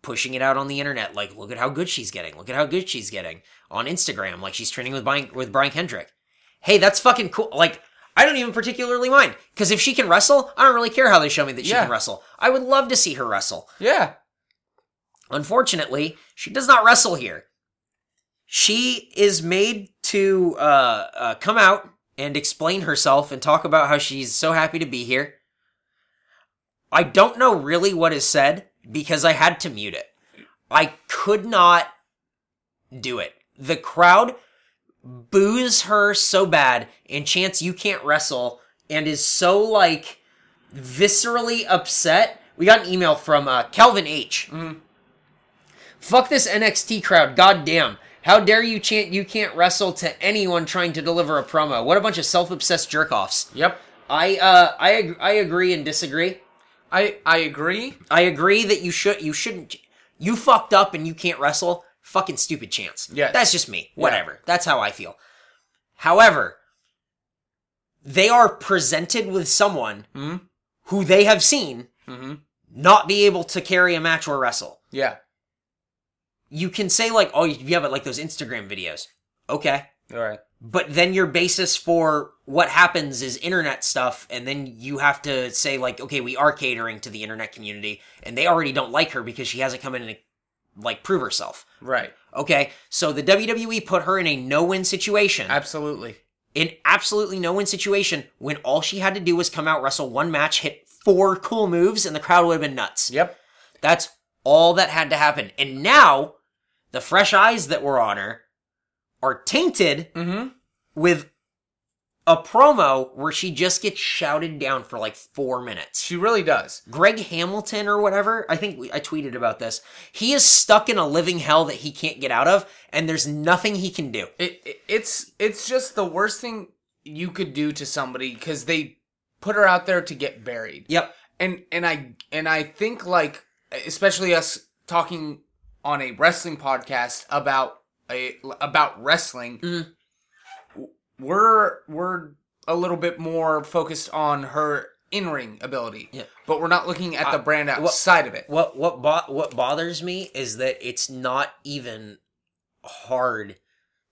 C: pushing it out on the internet like look at how good she's getting look at how good she's getting on instagram like she's training with brian with brian kendrick hey that's fucking cool like i don't even particularly mind because if she can wrestle i don't really care how they show me that she
B: Yeah.
C: can wrestle i would love to see her wrestle
B: Yeah.
C: Unfortunately, she does not wrestle here. She is made to uh, uh, come out and explain herself and talk about how she's so happy to be here. I don't know really what is said because I had to mute it. I could not do it. The crowd boos her so bad and Chance you can't wrestle and is so like viscerally upset. We got an email from uh, Calvin H. Fuck this NXT crowd, goddamn. How dare you chant you can't wrestle to anyone trying to deliver a promo? What a bunch of self-obsessed jerk-offs.
B: Yep.
C: I uh I ag- I agree and disagree.
B: I I agree.
C: I agree that you should you shouldn't you fucked up and you can't wrestle. Fucking stupid chance.
B: Yes.
C: That's just me. Whatever. That's how I feel. However, they are presented with someone
B: Mm-hmm.
C: who they have seen not be able to carry a match or wrestle.
B: Yeah.
C: You can say like, oh, yeah, but like those Instagram videos. Okay.
B: All right.
C: But then your basis for what happens is internet stuff, and then you have to say like, okay, we are catering to the internet community, and they already don't like her because she hasn't come in and like prove herself.
B: Right.
C: Okay, so the WWE put her in a no-win situation,
B: Absolutely.
C: an absolutely no-win situation, when all she had to do was come out, wrestle one match, hit four cool moves, and the crowd would have been nuts.
B: Yep.
C: That's all that had to happen. And now, the fresh eyes that were on her are tainted
B: Mhm.
C: with a promo where she just gets shouted down for like four minutes.
B: She really does.
C: Greg Hamilton or whatever, I think we, I tweeted about this. He is stuck in a living hell that he can't get out of, and there's nothing he can do.
B: It, it it's it's just the worst thing you could do to somebody because they put her out there to get buried.
C: Yep.
B: and and I and I think like especially us talking on a wrestling podcast about a about wrestling w- we're we're a little bit more focused on her in-ring ability
C: Yeah.
B: but we're not looking at the brand
C: well-
B: outside of it
C: What what bo- what bothers me is that it's not even hard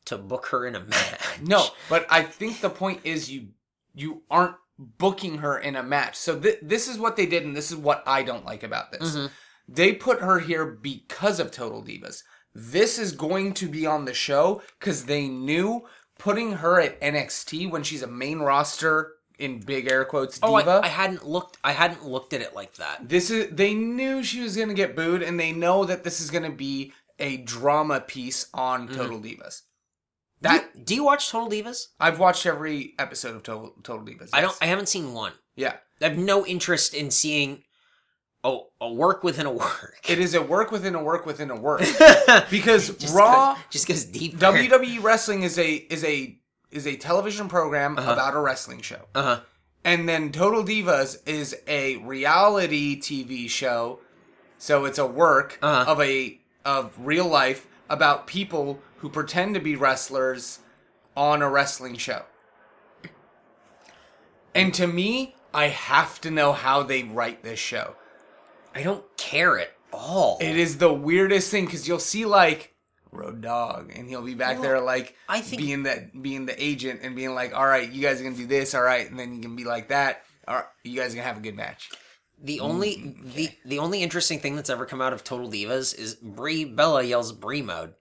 C: to book her in a *laughs* match.
B: no but I think the point is you you aren't booking her in a match so th- this is what they did and this is what I don't like about this
C: Mm-hmm.
B: They put her here because of Total Divas. This is going to be on the show because they knew putting her at NXT when she's a main roster in big air quotes diva.
C: Oh, I, I hadn't looked. I hadn't looked at it like that.
B: this is they knew she was gonna get booed, and they know that this is gonna be a drama piece on
C: Mm-hmm.
B: Total Divas. That
C: do, you, do you watch Total Divas?
B: I've watched every episode of Total, Total Divas.
C: I don't.
B: yes.
C: I haven't seen one. *laughs*
B: yeah,
C: I have no interest in seeing a a work within a work. *laughs*
B: it is a work within a work within a work because Raw.
C: goes, just goes deep.
B: WWE wrestling is a is a is a television program
C: Uh-huh.
B: about a wrestling show.
C: Uh huh.
B: And then Total Divas is a reality TV show. So it's a work
C: Uh-huh.
B: of a of real life about people who pretend to be wrestlers on a wrestling show. And to me, I have to know how they write this show.
C: I don't care at all.
B: It is the weirdest thing because you'll see like Road Dog, and he'll be back there like
C: I think-
B: being that being the agent and being like, "All right, you guys are gonna do this, all right," and then you can be like that. All right, you guys are gonna have a good match.
C: the only
B: Mm,
C: the the only interesting thing that's ever come out of Total Divas is Brie Bella yells Brie mode.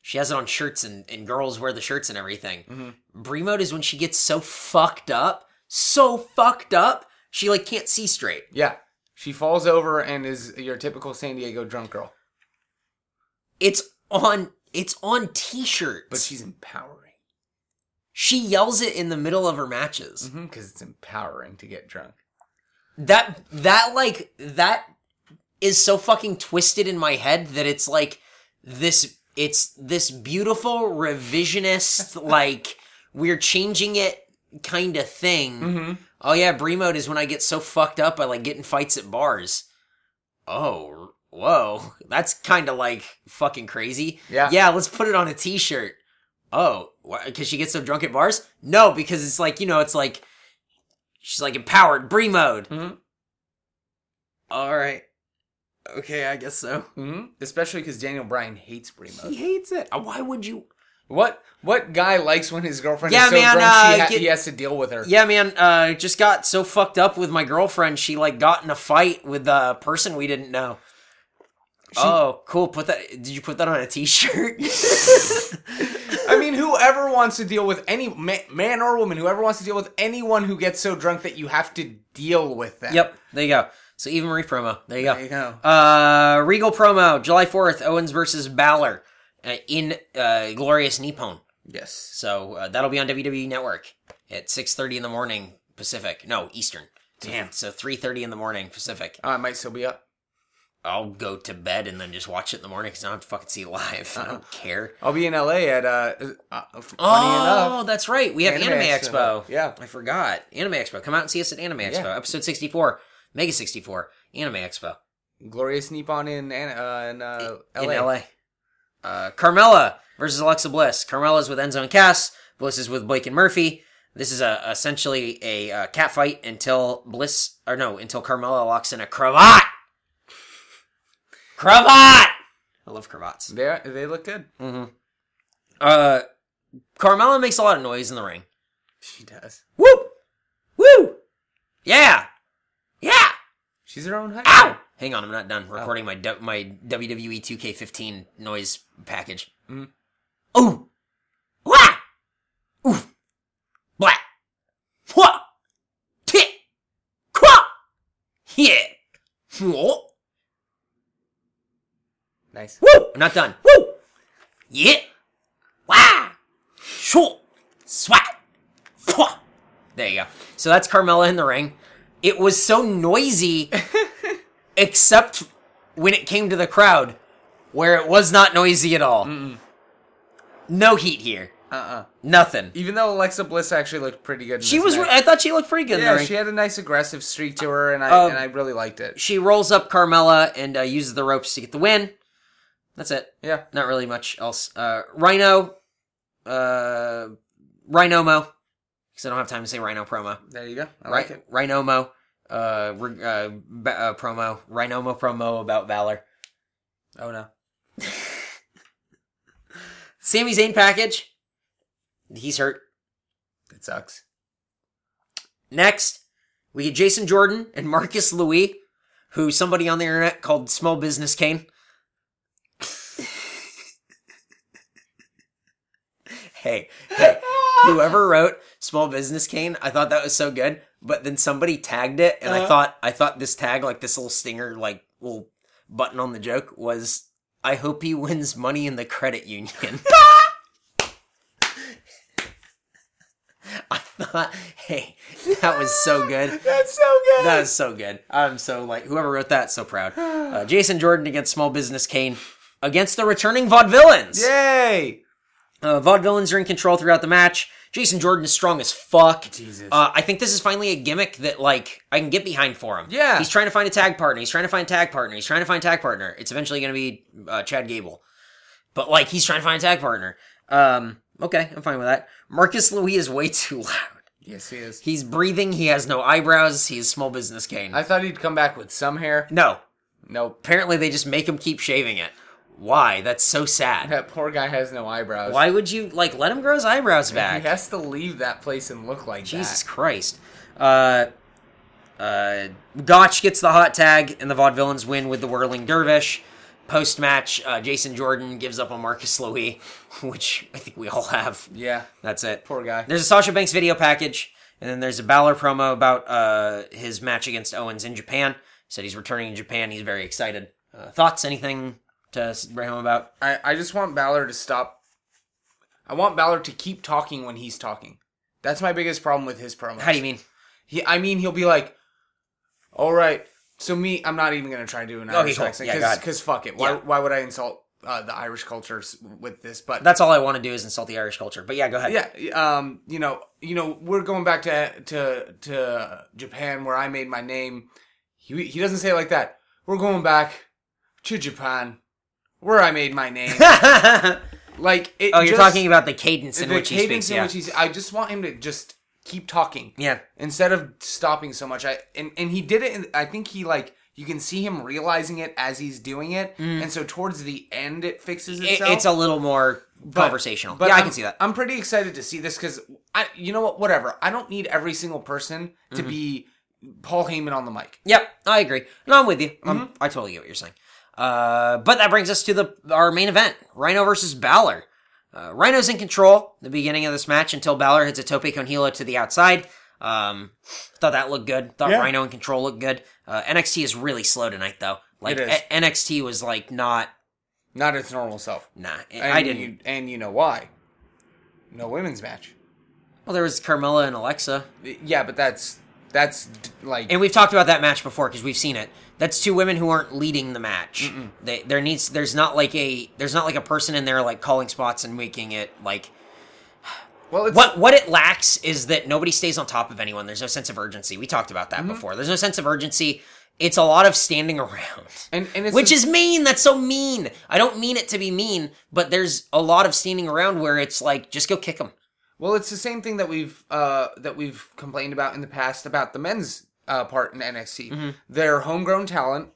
C: She has it on shirts and, and girls wear the shirts and everything.
B: Mm-hmm.
C: Brie mode is when she gets so fucked up, so fucked up, she like can't see straight.
B: Yeah, she falls over and is your typical San Diego drunk girl,
C: It's on it's on t-shirts.
B: but she's empowering
C: she yells it in the middle of her matches.
B: because it's empowering to get drunk.
C: That that like that is so fucking twisted in my head that it's like this it's this beautiful revisionist like we're changing it kind of thing.
B: Mm-hmm.
C: Oh yeah, Brie mode is when I get so fucked up I like get in fights at bars. Oh, whoa. *laughs* That's kind of like fucking crazy.
B: Yeah.
C: Yeah, let's put it on a t-shirt. Oh, because she gets so drunk at bars? No, because it's like, you know, it's like she's like empowered Brie mode.
B: Mhm.
C: Mm-hmm. All right. Okay, I guess so.
B: hmm Especially because Daniel Bryan hates Brimo.
C: He hates it. Uh, Why would you?
B: What what guy likes when his girlfriend
C: Yeah,
B: is so
C: man,
B: drunk she
C: uh,
B: ha-
C: get-
B: he has to deal with her?
C: Yeah, man. Uh, just got so fucked up with my girlfriend. She like got in a fight with a person we didn't know. oh, cool. Put that. Did you put that on a *laughs* t-shirt?
B: I mean, whoever wants to deal with any ma- man or woman, whoever wants to deal with anyone who gets so drunk that you have to deal with them.
C: yep. There you go. So Eva Marie promo. There you go.
B: There you go.
C: Uh, Regal promo, July 4th, Owens versus Balor uh, in uh, Glorious Nippon.
B: Yes.
C: So uh, that'll be on WWE Network at 6:30 in the morning Pacific. No, Eastern.
B: Damn.
C: So 3:30 in the morning Pacific.
B: Uh, it might still be up.
C: I'll go to bed and then just watch it in the morning because I don't have to fucking see it live. I don't care.
B: I'll be in LA at uh, uh Uh-huh. funny
C: oh,
B: enough.
C: that's right. We have Anime, Expo.
B: Yeah.
C: I forgot. Anime Expo. Come out and see us at Anime Expo.
B: Yeah.
C: Episode 64, Mega 64, Anime Expo
B: Gloria Sneapon in An- uh, in, uh, LA.
C: in LA. Uh, Carmella versus Alexa Bliss. Carmella's with Enzo and Cass. Bliss is with Blake and Murphy. This is a, essentially a uh, cat fight until Bliss, or no, until Carmella locks in a cravat. Cravat. I love cravats.
B: They they look good.
C: Uh, Carmella makes a lot of noise in the ring.
B: She does.
C: Whoop! Woo! Yeah! Yeah!
B: She's her own height.
C: Ow! Hang on, I'm not done recording my du- my E WWE 2K15 noise package.
B: Mhm.
C: Ooh! Wah! Oof! Blah! Wah! Tit! Quah! Yeah! Whoa!
B: Nice.
C: Woo! I'm not done. Woo! Yeah! Wow! Short! Swat! Pwah! There you go. So that's Carmella in the ring. It was so noisy, except when it came to the crowd, where it was not noisy at all. No heat here.
B: Uh uh
C: Nothing.
B: Even though Alexa Bliss actually looked pretty good. In
C: She
B: this
C: was.
B: match.
C: I thought she looked pretty good in the
B: yeah,
C: ring.
B: she had a nice aggressive streak to her, and I
C: Um,
B: and I really liked it.
C: she rolls up Carmella and uh, uses the ropes to get the win. That's it.
B: Yeah.
C: not really much else. Uh, Rhino, uh, Rhinomo, because I don't have time to say Rhino promo.
B: There you go. I like
C: Right,
B: it.
C: Rhinomo, uh, re- uh, ba- uh, promo, Rhinomo promo about Valor.
B: Oh no.
C: *laughs* Sami Zayn package. He's hurt.
B: It sucks.
C: Next, we get Jason Jordan and Marcus Louis, who somebody on the internet called Small Business Kane. hey, hey, whoever wrote Small Business Kane, I thought that was so good. But then somebody tagged it, and I
B: Uh-huh.
C: thought I thought this tag, like this little stinger, like little button on the joke, was I hope he wins money in the credit union. *laughs* I thought, hey, that was so good.
B: That's so good.
C: That is so good. I'm so like whoever wrote that, so proud. Uh, Jason Jordan against Small Business Kane against the returning Vaudevillains.
B: Yay!
C: Uh, Vaudevillains are in control throughout the match. Jason Jordan is strong as fuck.
B: Jesus.
C: Uh, I think this is finally a gimmick that like I can get behind for him.
B: Yeah.
C: He's trying to find a tag partner. He's trying to find a tag partner. He's trying to find a tag partner. It's eventually going to be uh, Chad Gable, but like he's trying to find a tag partner. Um, okay, I'm fine with that. Marcus Louis is way too *laughs* loud.
B: Yes, he is.
C: He's breathing. He has no eyebrows. He's Small Business Kane.
B: I thought he'd come back with some hair.
C: No.
B: Nope.
C: Apparently they just make him keep shaving it. Why? That's so sad.
B: That poor guy has no eyebrows.
C: Why would you like let him grow his eyebrows
B: He
C: back?
B: has to leave that place and look like
C: Jesus
B: that.
C: Christ. Uh uh Gotch gets the hot tag and the Vaudevillains win with the whirling dervish. Post match, uh, Jason Jordan gives up on Marcus Louis, *laughs* which I think we all have.
B: Yeah.
C: That's it.
B: Poor guy.
C: There's a Sasha Banks video package, and then there's a Balor promo about uh, his match against Owens in Japan. Said he's returning in Japan. He's very excited. Uh, thoughts? Anything to s- write home about?
B: I, I just want Balor to stop. I want Balor to keep talking when he's talking. That's my biggest problem with his promo.
C: How do you mean?
B: He, I mean, he'll be like, "All right, so me, I'm not even gonna try to do an Irish
C: cool.
B: accent
C: Yeah,
B: because
C: God.
B: fuck it. Why,
C: Yeah.
B: why would I insult uh, the Irish culture s- with this? But
C: That's all I want to do is insult the Irish culture. But yeah, go ahead.
B: yeah, um, you know, you know, we're going back to to to Japan where I made my name. He he doesn't say it like that. We're going back to Japan where I made my
C: *laughs*
B: name. *laughs* like, it
C: oh, you're
B: just-
C: talking about the cadence in
B: the
C: which
B: cadence
C: he
B: in
C: speaks.
B: which he's. I just want him to just keep talking
C: yeah.
B: instead of stopping so much. I and and he did it. In, I think he like you can see him realizing it as he's doing it, and so towards the end it fixes
C: yeah. Mm. It-
B: itself.
C: it's a little more
B: But-
C: conversational. yeah, i
B: I'm-
C: can see that.
B: I'm pretty excited to see this because I, you know what, whatever. I don't need every single person to
C: Mm-hmm.
B: be Paul Heyman on the mic.
C: Yep, I agree. No, I'm with you. I'm,
B: Mm-hmm.
C: I totally get what you're saying. Uh, but that brings us to the our main event: Rhino versus Balor. Uh, Rhino's in control the beginning of this match until Balor hits a tope con hilo to the outside. Um, thought that looked good. Thought
B: Yeah.
C: Rhino in control looked good. Uh, NXT is really slow tonight, though. Like
B: It is.
C: A- NXT was like not
B: Not its normal self.
C: nah. I-
B: And
C: I didn't.
B: you, and you know why? No women's match.
C: Well, there was Carmella and Alexa,
B: Yeah, but that's that's d- like
C: and we've talked about that match before because we've seen it. That's two women who aren't leading the match. They, there needs there's not like a there's not like a person in there like calling spots and making it like
B: well, it's
C: what what it lacks is that nobody stays on top of anyone. There's no sense of urgency. We talked about that
B: Mm-hmm.
C: before. There's no sense of urgency. It's a lot of standing around.
B: and and it's
C: Which
B: the-
C: is mean. That's so mean. I don't mean it to be mean, but there's a lot of standing around where it's like, just go kick them.
B: Well, it's the same thing that we've uh, that we've complained about in the past about the men's uh, part in NXT.
C: Mm-hmm.
B: Their homegrown talent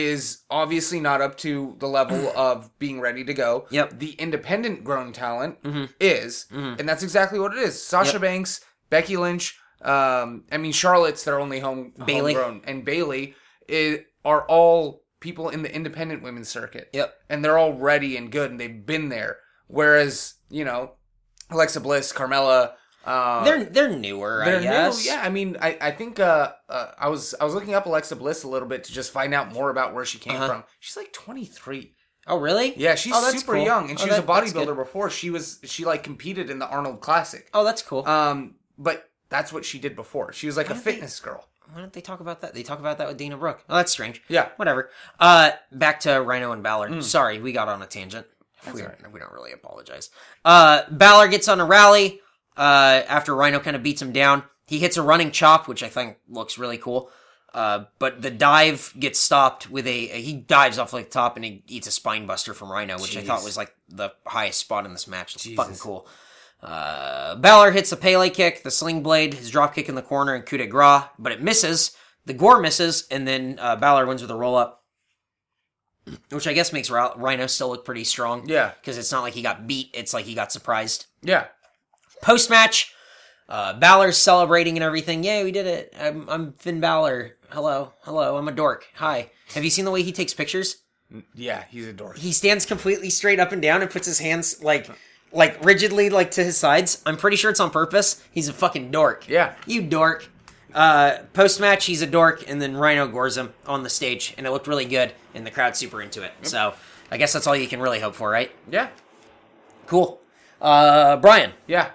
B: is obviously not up to the
C: *clears throat*
B: level of being ready to go.
C: Yep. Mm-hmm.
B: The independent grown talent is, and that's exactly what it is. Sasha Banks, Becky Lynch, um, I mean Charlotte's their only home
C: Bayley.
B: homegrown, and Bailey i are all people in the independent women's circuit
C: Yep.
B: and they're all ready and good and they've been there. Whereas, you know, Alexa Bliss, Carmella, uh,
C: They're they're newer,
B: they're
C: I guess.
B: new. Yeah, I mean, I, I think uh, uh, I was I was looking up Alexa Bliss a little bit to just find out more about where she came from. She's like 23.
C: Oh really?
B: Uh-huh. Yeah, she's
C: Oh, that's
B: super
C: cool.
B: young, and
C: Oh,
B: she was
C: that-
B: a
C: that's good.
B: bodybuilder before. She was she like competed in the Arnold Classic.
C: Oh, that's cool.
B: Um, but that's what she did before. She was like a
C: don't they-
B: fitness girl.
C: Why don't they talk about that? They talk about that with Dana Brooke. Oh, that's strange.
B: Yeah.
C: Whatever. Uh, back to Rhino and Balor. Sorry, we got on a tangent. We, we don't really apologize. Uh, Balor gets on a rally. Uh, after Rhino kind of beats him down, he hits a running chop, which I think looks really cool. Uh, but the dive gets stopped with a, he dives off like the top and he eats a spine buster from Rhino, which I thought
B: Jeez.
C: was like the highest spot in this match. It's fucking cool. Uh, Balor hits a Pele kick, the sling blade, his drop kick in the corner, and coup de grace, but it misses. The gore misses, and then uh, Balor wins with a roll up, which I guess makes Ra- Rhino still look pretty strong.
B: Yeah.
C: Because it's not like he got beat, it's like he got surprised.
B: Yeah,
C: Post match, uh, Balor's celebrating and everything. Yay, we did it. I'm, I'm Finn Balor. Hello, hello, I'm a dork. Hi. Have you seen the way he takes pictures?
B: yeah, he's a dork.
C: he stands completely straight up and down and puts his hands like like rigidly like to his sides. I'm pretty sure it's on purpose. He's a fucking dork.
B: Yeah.
C: You dork. Uh post match he's a dork and then Rhino gores him on the stage and it looked really good and the crowd's super into it. So I guess that's all you can really hope for, right?
B: Yeah,
C: Cool. Uh Brian,
B: yeah,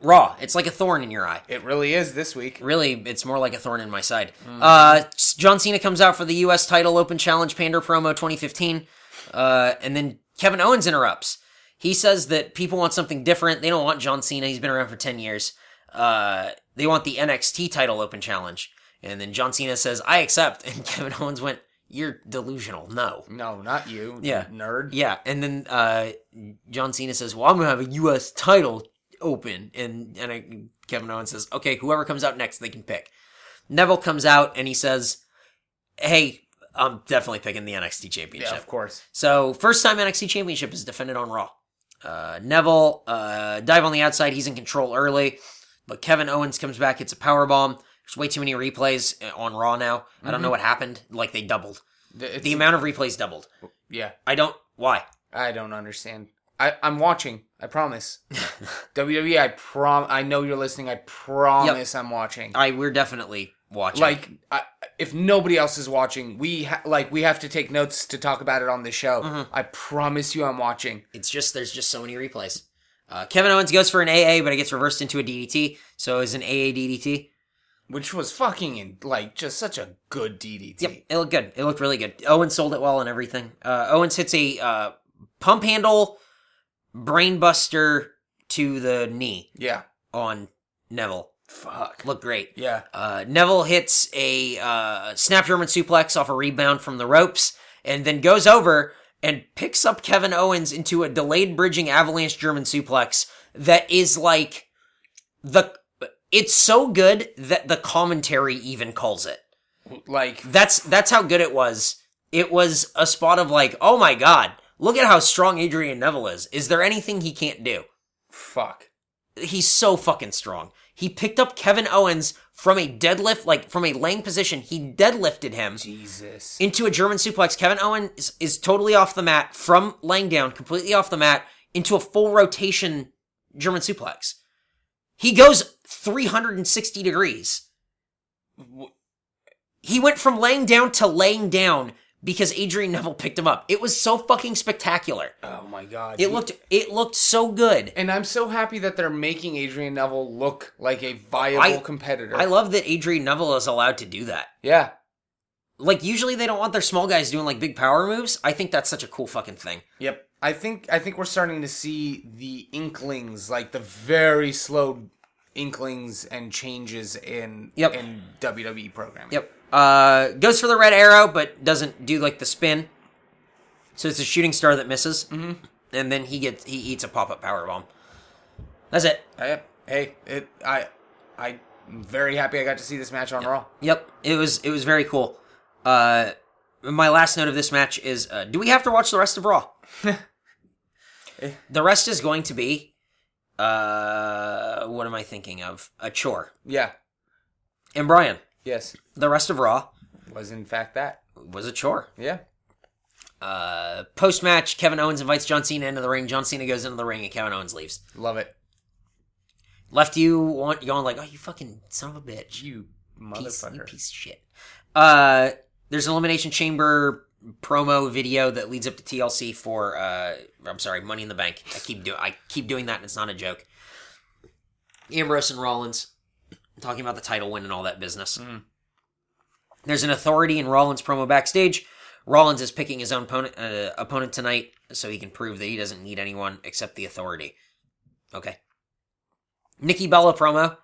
C: Raw. It's like a thorn in your eye.
B: it really is this week.
C: Really, it's more like a thorn in my side. Uh, John Cena comes out for the U.S. title open challenge pander promo 2015, uh, and then Kevin Owens interrupts. He says that people want something different. They don't want John Cena. He's been around for 10 years. Uh, they want the NXT title open challenge. And then John Cena says, I accept. *laughs* And Kevin Owens went, You're delusional. No.
B: No, not you.
C: Yeah.
B: nerd.
C: Yeah, and then uh, John Cena says, "Well, I'm gonna have a U.S. title open," and and I, Kevin Owens says, "Okay, whoever comes out next, they can pick." Neville comes out and he says, "Hey, I'm definitely picking the NXT Championship."
B: yeah of course.
C: So first time NXT Championship is defended on Raw. Uh, Neville uh, dive on the outside. He's in control early, but Kevin Owens comes back. It's a power bomb. There's way too many replays uh, on Raw now. I don't know what happened. Like they doubled
B: Mm-hmm. It's-
C: the amount of replays doubled.
B: yeah.
C: I don't why.
B: I don't understand. I, I'm watching. I
C: *laughs*
B: promise. WWE, I prom. I know you're listening. I promise I'm watching.
C: I we're definitely watching.
B: like, I, if nobody else is watching, we ha- like we have to take notes to talk about it on the show.
C: Mm-hmm.
B: I promise you, I'm watching.
C: it's just there's just so many replays. Uh, Kevin Owens goes for an AA, but it gets reversed into a DDT. So it's an AA DDT.
B: Which was fucking in, like just such a good DDT.
C: Yep, it looked good. It looked really good. Owens sold it well and everything. Uh, Owens hits a uh, pump handle, brainbuster to the knee
B: Yeah.
C: on Neville.
B: Fuck.
C: Looked great.
B: Yeah.
C: Uh, Neville hits a uh, snap German suplex off a rebound from the ropes, and then goes over and picks up Kevin Owens into a delayed bridging avalanche German suplex that is like the. It's so good that the commentary even calls it.
B: Like
C: That's that's how good it was. It was a spot of like, oh my god, look at how strong Adrian Neville is. Is there anything he can't do?
B: fuck.
C: he's so fucking strong. He picked up Kevin Owens from a deadlift, like from a laying position. He deadlifted him
B: Jesus.
C: into a German suplex. Kevin Owens is, is totally off the mat from laying down, completely off the mat into a full rotation German suplex. He goes 360 degrees. He went from laying down to laying down because Adrian Neville picked him up. It was so fucking spectacular.
B: Oh my god.
C: It looked it looked so good.
B: and I'm so happy that they're making Adrian Neville look like a viable
C: I-
B: competitor.
C: I love that Adrian Neville is allowed to do that.
B: yeah.
C: Like usually they don't want their small guys doing like big power moves. I think that's such a cool fucking thing.
B: Yep. I think I think we're starting to see the inklings, like the very slow inklings and changes in
C: Yep.
B: in WWE programming.
C: Yep. Uh, goes for the red arrow, but doesn't do like the spin. So it's a shooting star that misses, mm-hmm. and then he gets he eats a pop up power bomb. That's it.
B: Yep. Hey, it I I'm very happy I got to see this match on Raw.
C: Yep. It was it was very cool. Uh, my last note of this match is: uh, Do we have to watch the rest of *laughs* Raw? the rest is going to be. Uh, what am I thinking of? A chore.
B: Yeah.
C: And Brian,
B: Yes.
C: the rest of Raw
B: Was in fact that.
C: was a chore.
B: Yeah.
C: Post match, Uh, Kevin Owens invites John Cena into the ring. John Cena goes into the ring, and Kevin Owens leaves.
B: Love it.
C: left you want going like, oh, you fucking son of a bitch, you
B: You
C: piece, you
B: motherfucker.
C: piece of shit. Uh, there's an elimination chamber promo video that leads up to TLC for uh, I'm sorry, Money in the Bank. I keep do I keep doing that, and it's not a joke. Ambrose and Rollins talking about the title win and all that business. There's an authority in Rollins promo backstage. Rollins is picking his own opponent, uh, opponent tonight, so he can prove that he doesn't need anyone except the authority. Okay. Nikki Bella promo.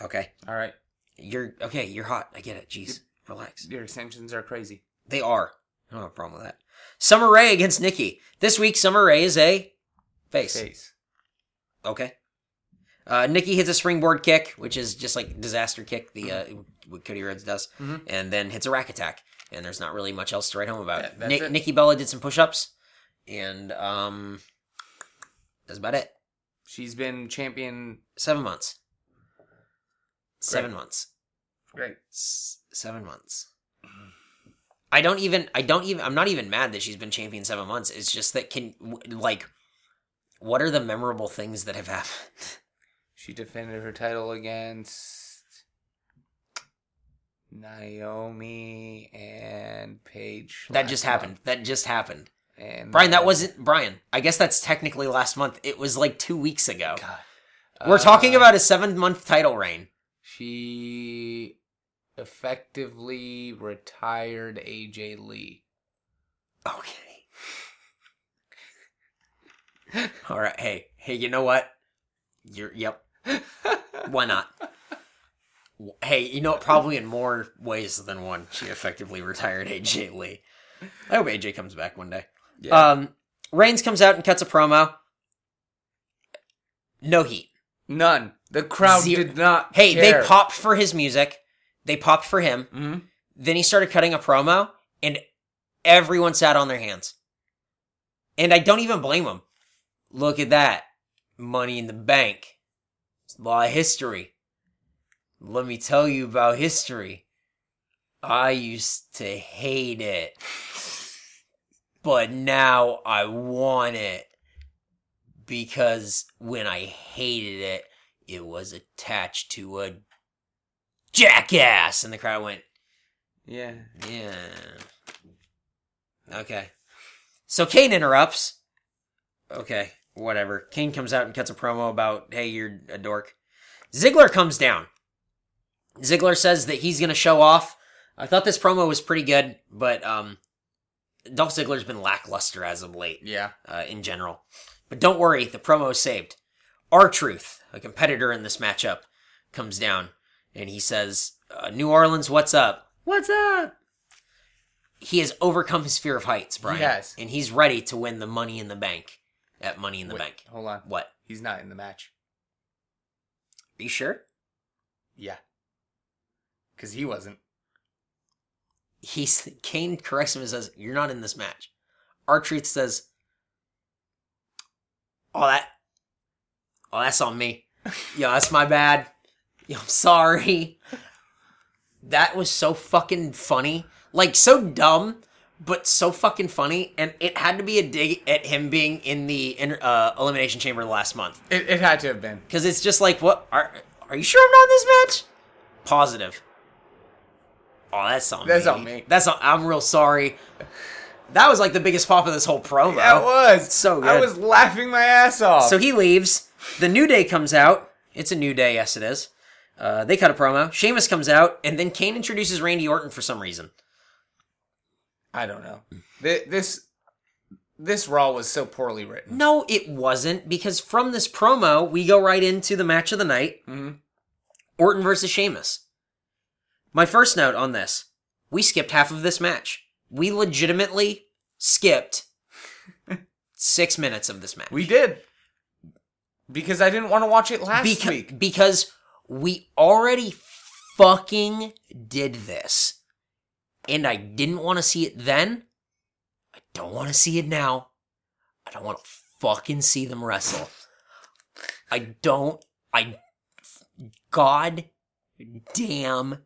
C: Okay.
B: All right.
C: You're okay, you're hot. I get it. Jeez. Relax.
B: Your extensions are crazy.
C: They are. I don't have a problem with that. Summer Rae against Nikki. This week Summer Rae is a face.
B: Face.
C: Okay. Uh, Nikki hits a springboard kick, which is just like disaster kick, the
B: Mm-hmm.
C: uh, what Cody Rhodes does, and then hits a rack attack. And there's not really much else to write home about.
B: That- that's
C: Ni-
B: it.
C: Nikki Bella did some push-ups, and um, that's about it.
B: She's been champion.
C: Seven months. Seven months.
B: Great.
C: s- seven months. I don't even. I don't even. I'm not even mad that she's been champion seven months. It's just that can w- like, what are the memorable things that have happened? *laughs*
B: She defended her title against Naomi and Paige.
C: that
B: last
C: just happened. That just happened.
B: month. And
C: Brian, that
B: then-
C: wasn't Brian. I guess that's technically last month. It was like two weeks ago.
B: God.
C: We're talking
B: Uh,
C: about a seven month title reign.
B: She effectively retired AJ Lee.
C: Okay. All right. Hey, hey, you know what? You're, yep. Why not? W- Hey, you know, probably in more ways than one, she effectively retired AJ Lee. I hope AJ comes back one day.
B: Yeah.
C: Um, Reigns comes out and cuts a promo. No heat.
B: None. The crowd
C: Zero-
B: did not.
C: Hey,
B: care.
C: they popped for his music. They popped for him.
B: Mhm.
C: Then he started cutting a promo, and everyone sat on their hands. And I don't even blame him. Look at that. Money in the bank. It's a lot of history. Let me tell you about history. I used to hate it. But now I want it. Because when I hated it, it was attached to a jackass. And the crowd went,
B: Yeah.
C: yeah. Okay. So Kane interrupts. Okay, whatever. Kane comes out and cuts a promo about, hey, you're a dork. Ziggler comes down. Ziggler says that he's going to show off. I thought this promo was pretty good, but um, Dolph Ziggler's been lackluster as of late
B: Yeah.
C: uh, in general. But don't worry, the promo is saved. Our Truth, a competitor in this matchup, comes down and he says, uh, "New Orleans, what's up? What's up?" He has overcome his fear of heights, Brian,
B: has.
C: and he's ready to win the Money in the Bank. At Money in the
B: Wait,
C: Bank,
B: Hold on.
C: what?
B: He's not in the match.
C: Are you sure?
B: Yeah. Because he wasn't.
C: He's Kane corrects him and says, "You're not in this match." Our Truth says, "Oh that, oh that's on me. Yo, that's my bad. Yo, I'm sorry." That was so fucking funny, like so dumb, but so fucking funny, and it had to be a dig at him being in the inter- uh, elimination chamber last month
B: It, it had to have been.
C: because it's just like, what are are you sure I'm not in this match? Positive. Oh, that's on
B: That's
C: me.
B: on me.
C: That's on, I'm real sorry. That was like the biggest pop of this whole promo.
B: That was
C: so good.
B: I was laughing my ass off.
C: So he leaves. The New Day comes out. It's a New Day, yes, it is. Uh, they cut a promo. Sheamus comes out, and then Kane introduces Randy Orton for some reason.
B: I don't know. Th- This this Raw was so poorly written.
C: No, it wasn't, because from this promo, we go right into the match of the night
B: Mhm.
C: Orton versus Sheamus. My first note on this we skipped half of this match. We legitimately skipped six minutes of this match.
B: We did because I didn't want to watch it last
C: Beca-
B: week.
C: Because we already fucking did this. And I didn't want to see it then. I don't want to see it now. I don't want to fucking see them wrestle. I don't. I. God damn.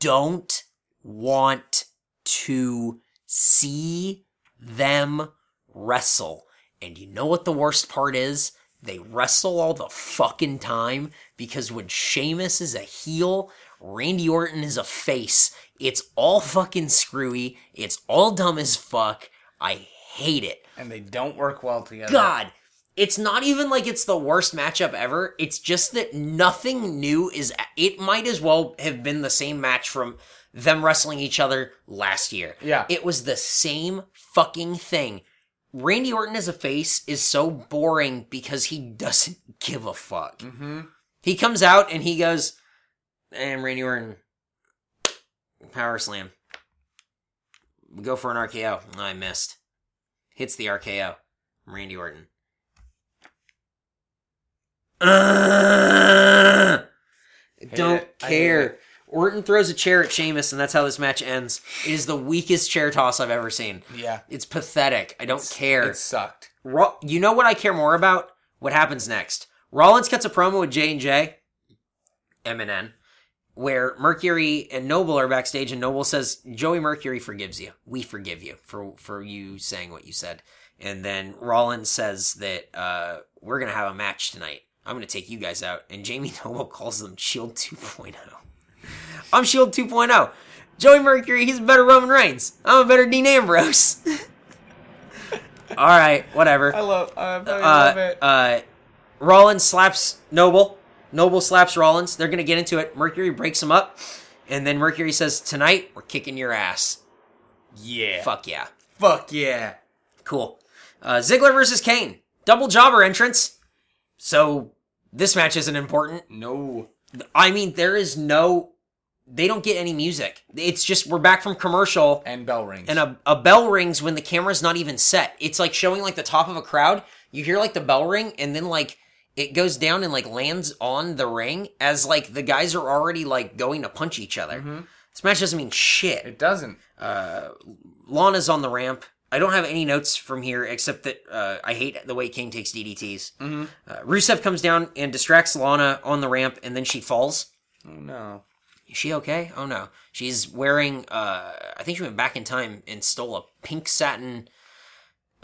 C: Don't want to see them wrestle. And you know what the worst part is? They wrestle all the fucking time because when Sheamus is a heel, Randy Orton is a face. It's all fucking screwy. It's all dumb as fuck. I hate it.
B: And they don't work well together.
C: God, it's not even like it's the worst matchup ever. It's just that nothing new is. It might as well have been the same match from them wrestling each other last year.
B: Yeah.
C: It was the same fucking thing. Randy Orton as a face is so boring because he doesn't *laughs* give a fuck.
B: Mm-hmm.
C: He comes out and he goes, and Randy Orton, power slam. We go for an RKO. No, Oh, I missed. Hits the RKO. Randy Orton. Ugh. Don't
B: it. I hate
C: care.
B: it.
C: Orton throws a chair at Sheamus, and that's how this match ends. It is the weakest chair toss I've ever seen.
B: Yeah,
C: It's pathetic. I don't care.
B: it sucked.
C: Ra- you know what I care more about? What happens next? Rollins cuts a promo with J and J, M and N, where Mercury and Noble are backstage, and Noble says, "Joey Mercury forgives you. We forgive you for for you saying what you said." And then Rollins says that uh, we're gonna have a match tonight. I'm gonna take you guys out, and Jamie *laughs* Noble calls them Shield 2.0. I'm Shield 2.0. Joey Mercury, he's a better Roman Reigns. I'm a better Dean Ambrose. *laughs* All right, whatever
B: I love. I fucking love
C: uh,
B: it.
C: uh, Rollins slaps Noble. Noble slaps Rollins. They're gonna get into it. Mercury breaks them up, and then Mercury says, "Tonight we're kicking your ass."
B: yeah.
C: Fuck yeah,
B: Fuck yeah.
C: cool. Uh, Ziggler versus Kane, double jobber entrance. So this match isn't important.
B: No.
C: I mean, there is no. They don't get any music. It's just we're back from commercial.
B: And bell rings.
C: and uh, a, a bell rings when the camera's not even set. It's like showing like the top of a crowd. You hear like the bell ring and then like it goes down and like lands on the ring as like the guys are already like going to punch each other. This match doesn't mean shit.
B: it doesn't.
C: Lana's on the ramp. I don't have any notes from here except that uh, I hate the way Kane takes DDTs. Uh, Rusev comes down and distracts Lana on the ramp and then she falls.
B: Oh, no.
C: Is she okay? Oh no. She's wearing uh I think she went back in time and stole a pink satin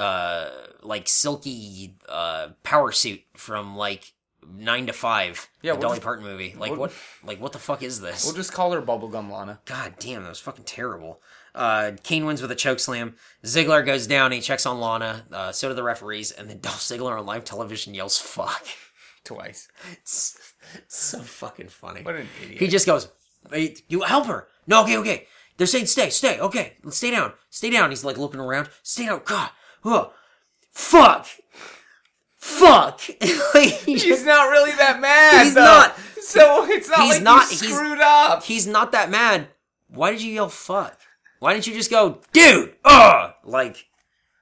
C: uh like silky uh power suit from like 9 to 5
B: Yeah,
C: the
B: we'll
C: Dolly
B: just-
C: Parton movie. Like
B: we'll-
C: what like what the fuck is this?
B: We'll just call her Bubblegum Lana.
C: God damn, that was fucking terrible. Uh, Kane wins with a choke slam. Ziggler goes down. He checks on Lana. Uh, so do the referees. And then *laughs* Dolph Ziggler on live television yells "fuck." *laughs*
B: Twice.
C: It's so fucking funny.
B: What an idiot.
C: He just goes, hey, "You help her." No, okay, okay. They're saying stay, stay. Okay, let's stay down, stay down. He's like looking around. Stay down. God, oh, fuck, fuck. *laughs* Like, he just-
B: He's not really that mad.
C: He's
B: though.
C: not.
B: So it's not
C: He's
B: like
C: not-
B: you
C: he's-
B: screwed up.
C: he's not that mad. Why did you yell fuck? Why didn't you just go, dude? Ugh! Like,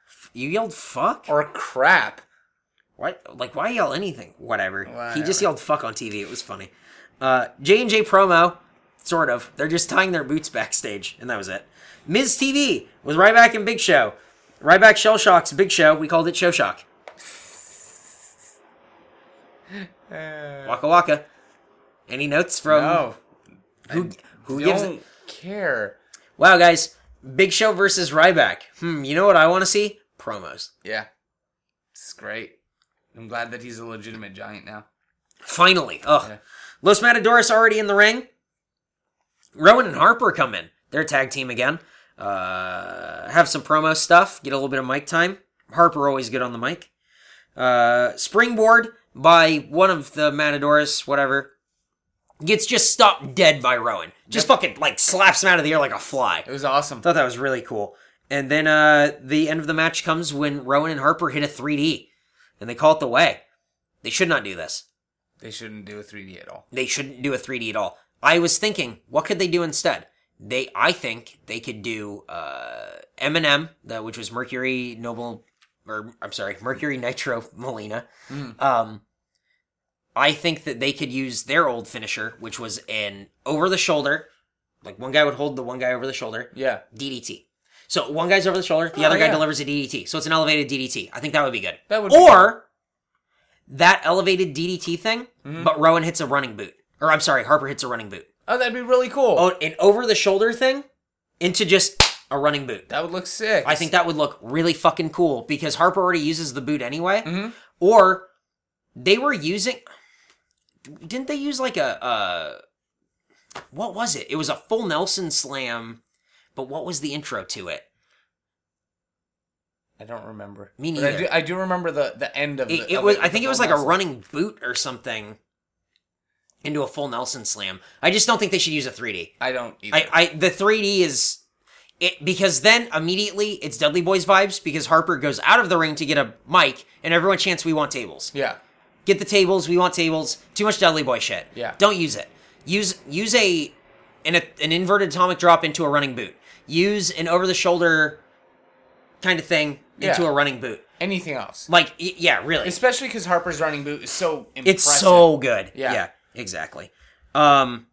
C: f- you yelled fuck.
B: Or crap.
C: Why? Like, why yell anything? Whatever. He just
B: Whatever.
C: yelled "fuck" on TV. It was funny. Uh, J and J promo, sort of. They're just tying their boots backstage, and that was it. Ms. TV was right back in Big Show. Right back Shell Shock's Big Show. We called it Show Shock.
B: Uh,
C: Waka waka. Any notes from
B: no.
C: Um, who? Who gives?
B: Don't care.
C: Wow, guys. Big Show versus Ryback. Hmm, you know what I want to see? Promos.
B: Yeah. It's great. I'm glad that he's a legitimate giant now.
C: Finally. Ugh.
B: Yeah.
C: Los Matadores already in the ring. Rowan and Harper come in. They're a tag team again. Uh, have some promo stuff. Get a little bit of mic time. Harper always good on the mic. Uh, springboard by one of the Matadors, whatever. Gets just stopped dead by Rowan. Just fucking like slaps him out of the air like a fly.
B: It was awesome.
C: Thought that was really cool. And then uh, the end of the match comes when Rowan and Harper hit a 3D, and they call it the way. They should not do this.
B: They shouldn't do a 3D at all.
C: They shouldn't do a 3D at all. I was thinking, what could they do instead? They, I think they could do uh, Eminem, the, which was Mercury Noble, or I'm sorry, Mercury Nitro Molina.
B: Mm.
C: Um, I think that they could use their old finisher, which was an over the shoulder, like one guy would hold the one guy over the shoulder,
B: Yeah.
C: DDT. So one guy's over the shoulder, the
B: Oh,
C: other guy
B: yeah.
C: delivers a DDT. So it's an elevated DDT. I think that would be good.
B: That would be
C: or that elevated DDT thing,
B: Mm-hmm.
C: but Rowan hits a running boot. Or I'm sorry, Harper hits a running boot.
B: Oh, that'd be really cool.
C: Oh, an over the shoulder thing into just a running boot.
B: that would look sick.
C: I think that would look really fucking cool because Harper already uses the boot anyway.
B: Mm-hmm.
C: Or they were using. Didn't they use like a. Uh, what was it? It was a full Nelson slam, but what was the intro to it?
B: I don't remember.
C: Me
B: But I
C: neither.
B: do, I do remember the the end of
C: It,
B: the,
C: it
B: of
C: was.
B: the-
C: I think
B: the
C: it was
B: whole
C: like a
B: mess.
C: running boot or something into a full Nelson slam. I just don't think they should use a 3D.
B: I don't either.
C: I, I the 3D is it because then immediately it's Dudley Boys vibes because Harper goes out of the ring to get a mic and everyone chants we want tables.
B: yeah.
C: Get the tables, we want tables. Too much Dudley Boy shit.
B: Yeah.
C: Don't use it. Use use a an an inverted atomic drop into a running boot. Use an over the shoulder kind of thing into
B: Yeah.
C: a running boot.
B: Anything else?
C: Like y- yeah, really.
B: Especially because Harper's running boot is so impressive.
C: It's so good.
B: Yeah.
C: exactly. Um,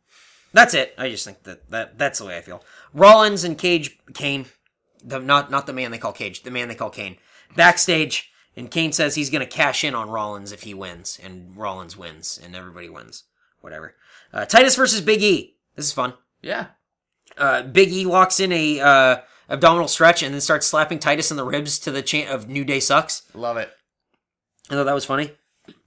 C: that's it. I just think that, that that's the way I feel. Rollins and Cage Kane, the not not the man they call Cage, the man they call Kane, backstage, and Kane says he's gonna cash in on Rollins if he wins, and Rollins wins, and everybody wins. Whatever. Uh, Titus versus Big E. This is fun.
B: Yeah.
C: Uh, Big E locks in a uh, abdominal stretch and then starts slapping Titus in the ribs to the chant of "New Day sucks."
B: Love it.
C: I thought that was funny.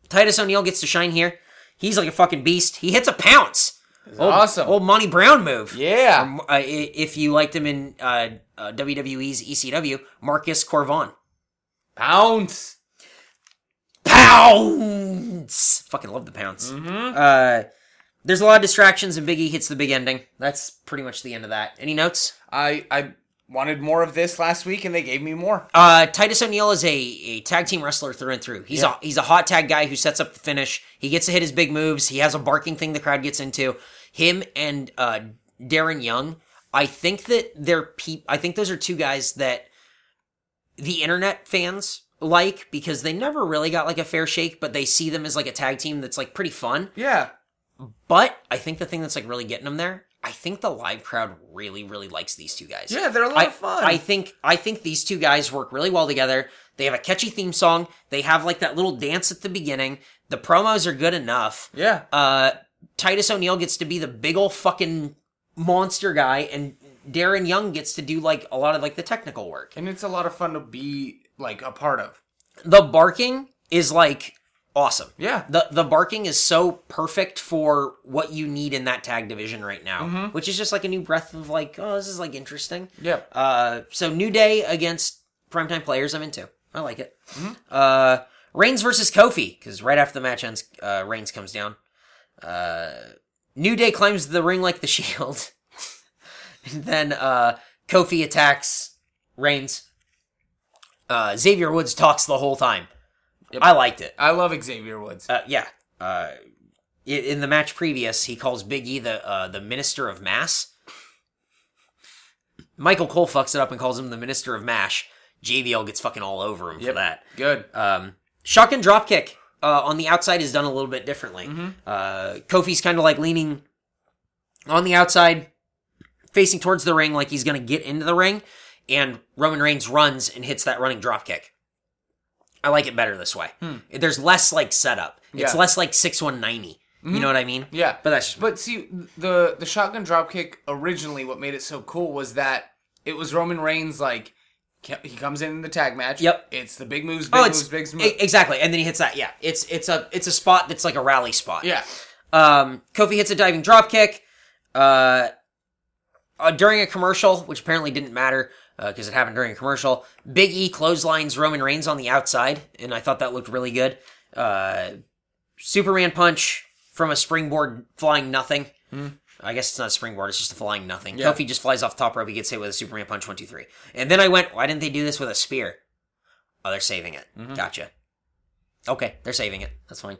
C: Titus O'Neil gets to shine here. He's like a fucking beast. He hits a pounce. Old,
B: awesome.
C: Old Monty Brown move.
B: Oh, Yeah.
C: Um, uh, i- if you liked him in uh, uh, WWE's ECW, Marcus Corvon.
B: Pounce.
C: Pounce! Fucking love the pounce. Uh, there's a lot of distractions, and Biggie hits the big ending. That's pretty much the end of that. Any notes?
B: I I wanted more of this last week, and they gave me more.
C: Uh, Titus O'Neil is a, a tag team wrestler through and through. He's a he's a hot tag guy who sets up the finish. He gets to hit his big moves. He has a barking thing the crowd gets into. Him and uh, Darren Young. I think that they're peop I think those are two guys that the internet fans like because they never really got like a fair shake, but they see them as like a tag team that's like pretty fun.
B: Yeah.
C: But I think the thing that's like really getting them there, I think the live crowd really, really likes these two guys.
B: Yeah, they're a lot
C: I,
B: of fun.
C: I think I think these two guys work really well together. They have a catchy theme song. They have like that little dance at the beginning. The promos are good enough.
B: yeah.
C: Uh, Titus O'Neil gets to be the big ol' fucking monster guy, and Darren Young gets to do like a lot of like the technical work.
B: and it's a lot of fun to be like a part of.
C: The barking is like awesome.
B: Yeah.
C: The the barking is so perfect for what you need in that tag division right now,
B: Mm-hmm.
C: which is just like a new breath of like, oh, this is like interesting.
B: Yeah.
C: Uh, so new day against primetime players. I'm into. I like it. Uh, Reigns versus Kofi because right after the match ends, uh, Reigns comes down. Uh, new day climbs the ring like the *laughs* Shield, and then uh, Kofi attacks Reigns. Uh, Xavier Woods talks the whole time. I liked it.
B: I love Xavier Woods.
C: Uh, yeah. Uh, i- in the match previous, he calls Big E the uh, the minister of mass. Michael Cole fucks it up and calls him the minister of mash. JVL gets fucking all over him for
B: Yep.
C: that.
B: Good.
C: Um, shotgun dropkick uh, on the outside is done a little bit differently.
B: Mm-hmm.
C: Uh, Kofi's kind of like leaning on the outside, facing towards the ring, like he's going to get into the ring. And Roman Reigns runs and hits that running dropkick. I like it better this way. There's less like setup. It's
B: Hmm. Yeah. Mm-hmm.
C: less like six one ninety. You know what I mean?
B: yeah.
C: But that's just
B: But see, the the shotgun dropkick originally, what made it so cool was that it was Roman Reigns. Like ca- he comes in in the tag match.
C: Yep.
B: It's the big moves, big
C: oh,
B: moves,
C: it's
B: big moves.
C: e- exactly. And then he hits that. Yeah, it's it's a it's a spot that's like a rally spot.
B: yeah.
C: Um, Kofi hits a diving dropkick. Uh, uh, during a commercial, which apparently didn't matter because it happened during a commercial, Big E clotheslines Roman Reigns on the outside, and I thought that looked really good. Uh, Superman punch from a springboard flying nothing. I guess it's not a springboard; it's just a flying nothing.
B: Yeah.
C: Kofi just flies off the top rope. He gets hit with a Superman punch. One, two, three. And then I went, why didn't they do this with a spear? Oh, they're saving it. Gotcha. Okay, they're saving it. That's fine.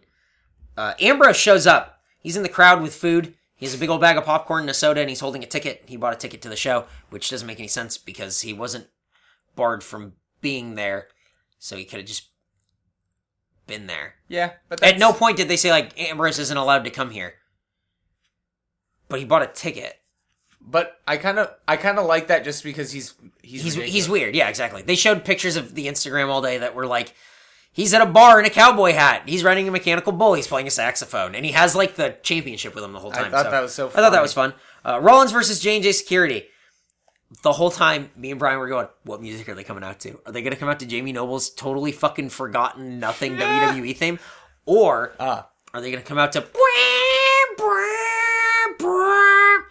C: Uh, Ambrose shows up. He's in the crowd with food. He has a big old bag of popcorn and a soda, and he's holding a ticket. He bought a ticket to the show, which doesn't make any sense because he wasn't barred from being there, so he could have just been there.
B: Yeah, but
C: At no point did they say like Ambrose isn't allowed to come here, but he bought a ticket.
B: But I kind of I kind of like that just because he's he's
C: He's
B: ridiculous.
C: he's weird. Yeah, exactly. They showed pictures of the Instagram all day that were like, he's at a bar in a cowboy hat. He's riding a mechanical bull. He's playing a saxophone, and he has like the championship with him the whole time.
B: thought that was so
C: I thought that
B: funny.
C: was fun. Uh, Rollins versus J and J Security. The whole time, me and Brian were going, "What music are they coming out to? Are they going to come out to Jamie Noble's totally fucking forgotten nothing WWE theme,
B: Uh,
C: or are they going to come out to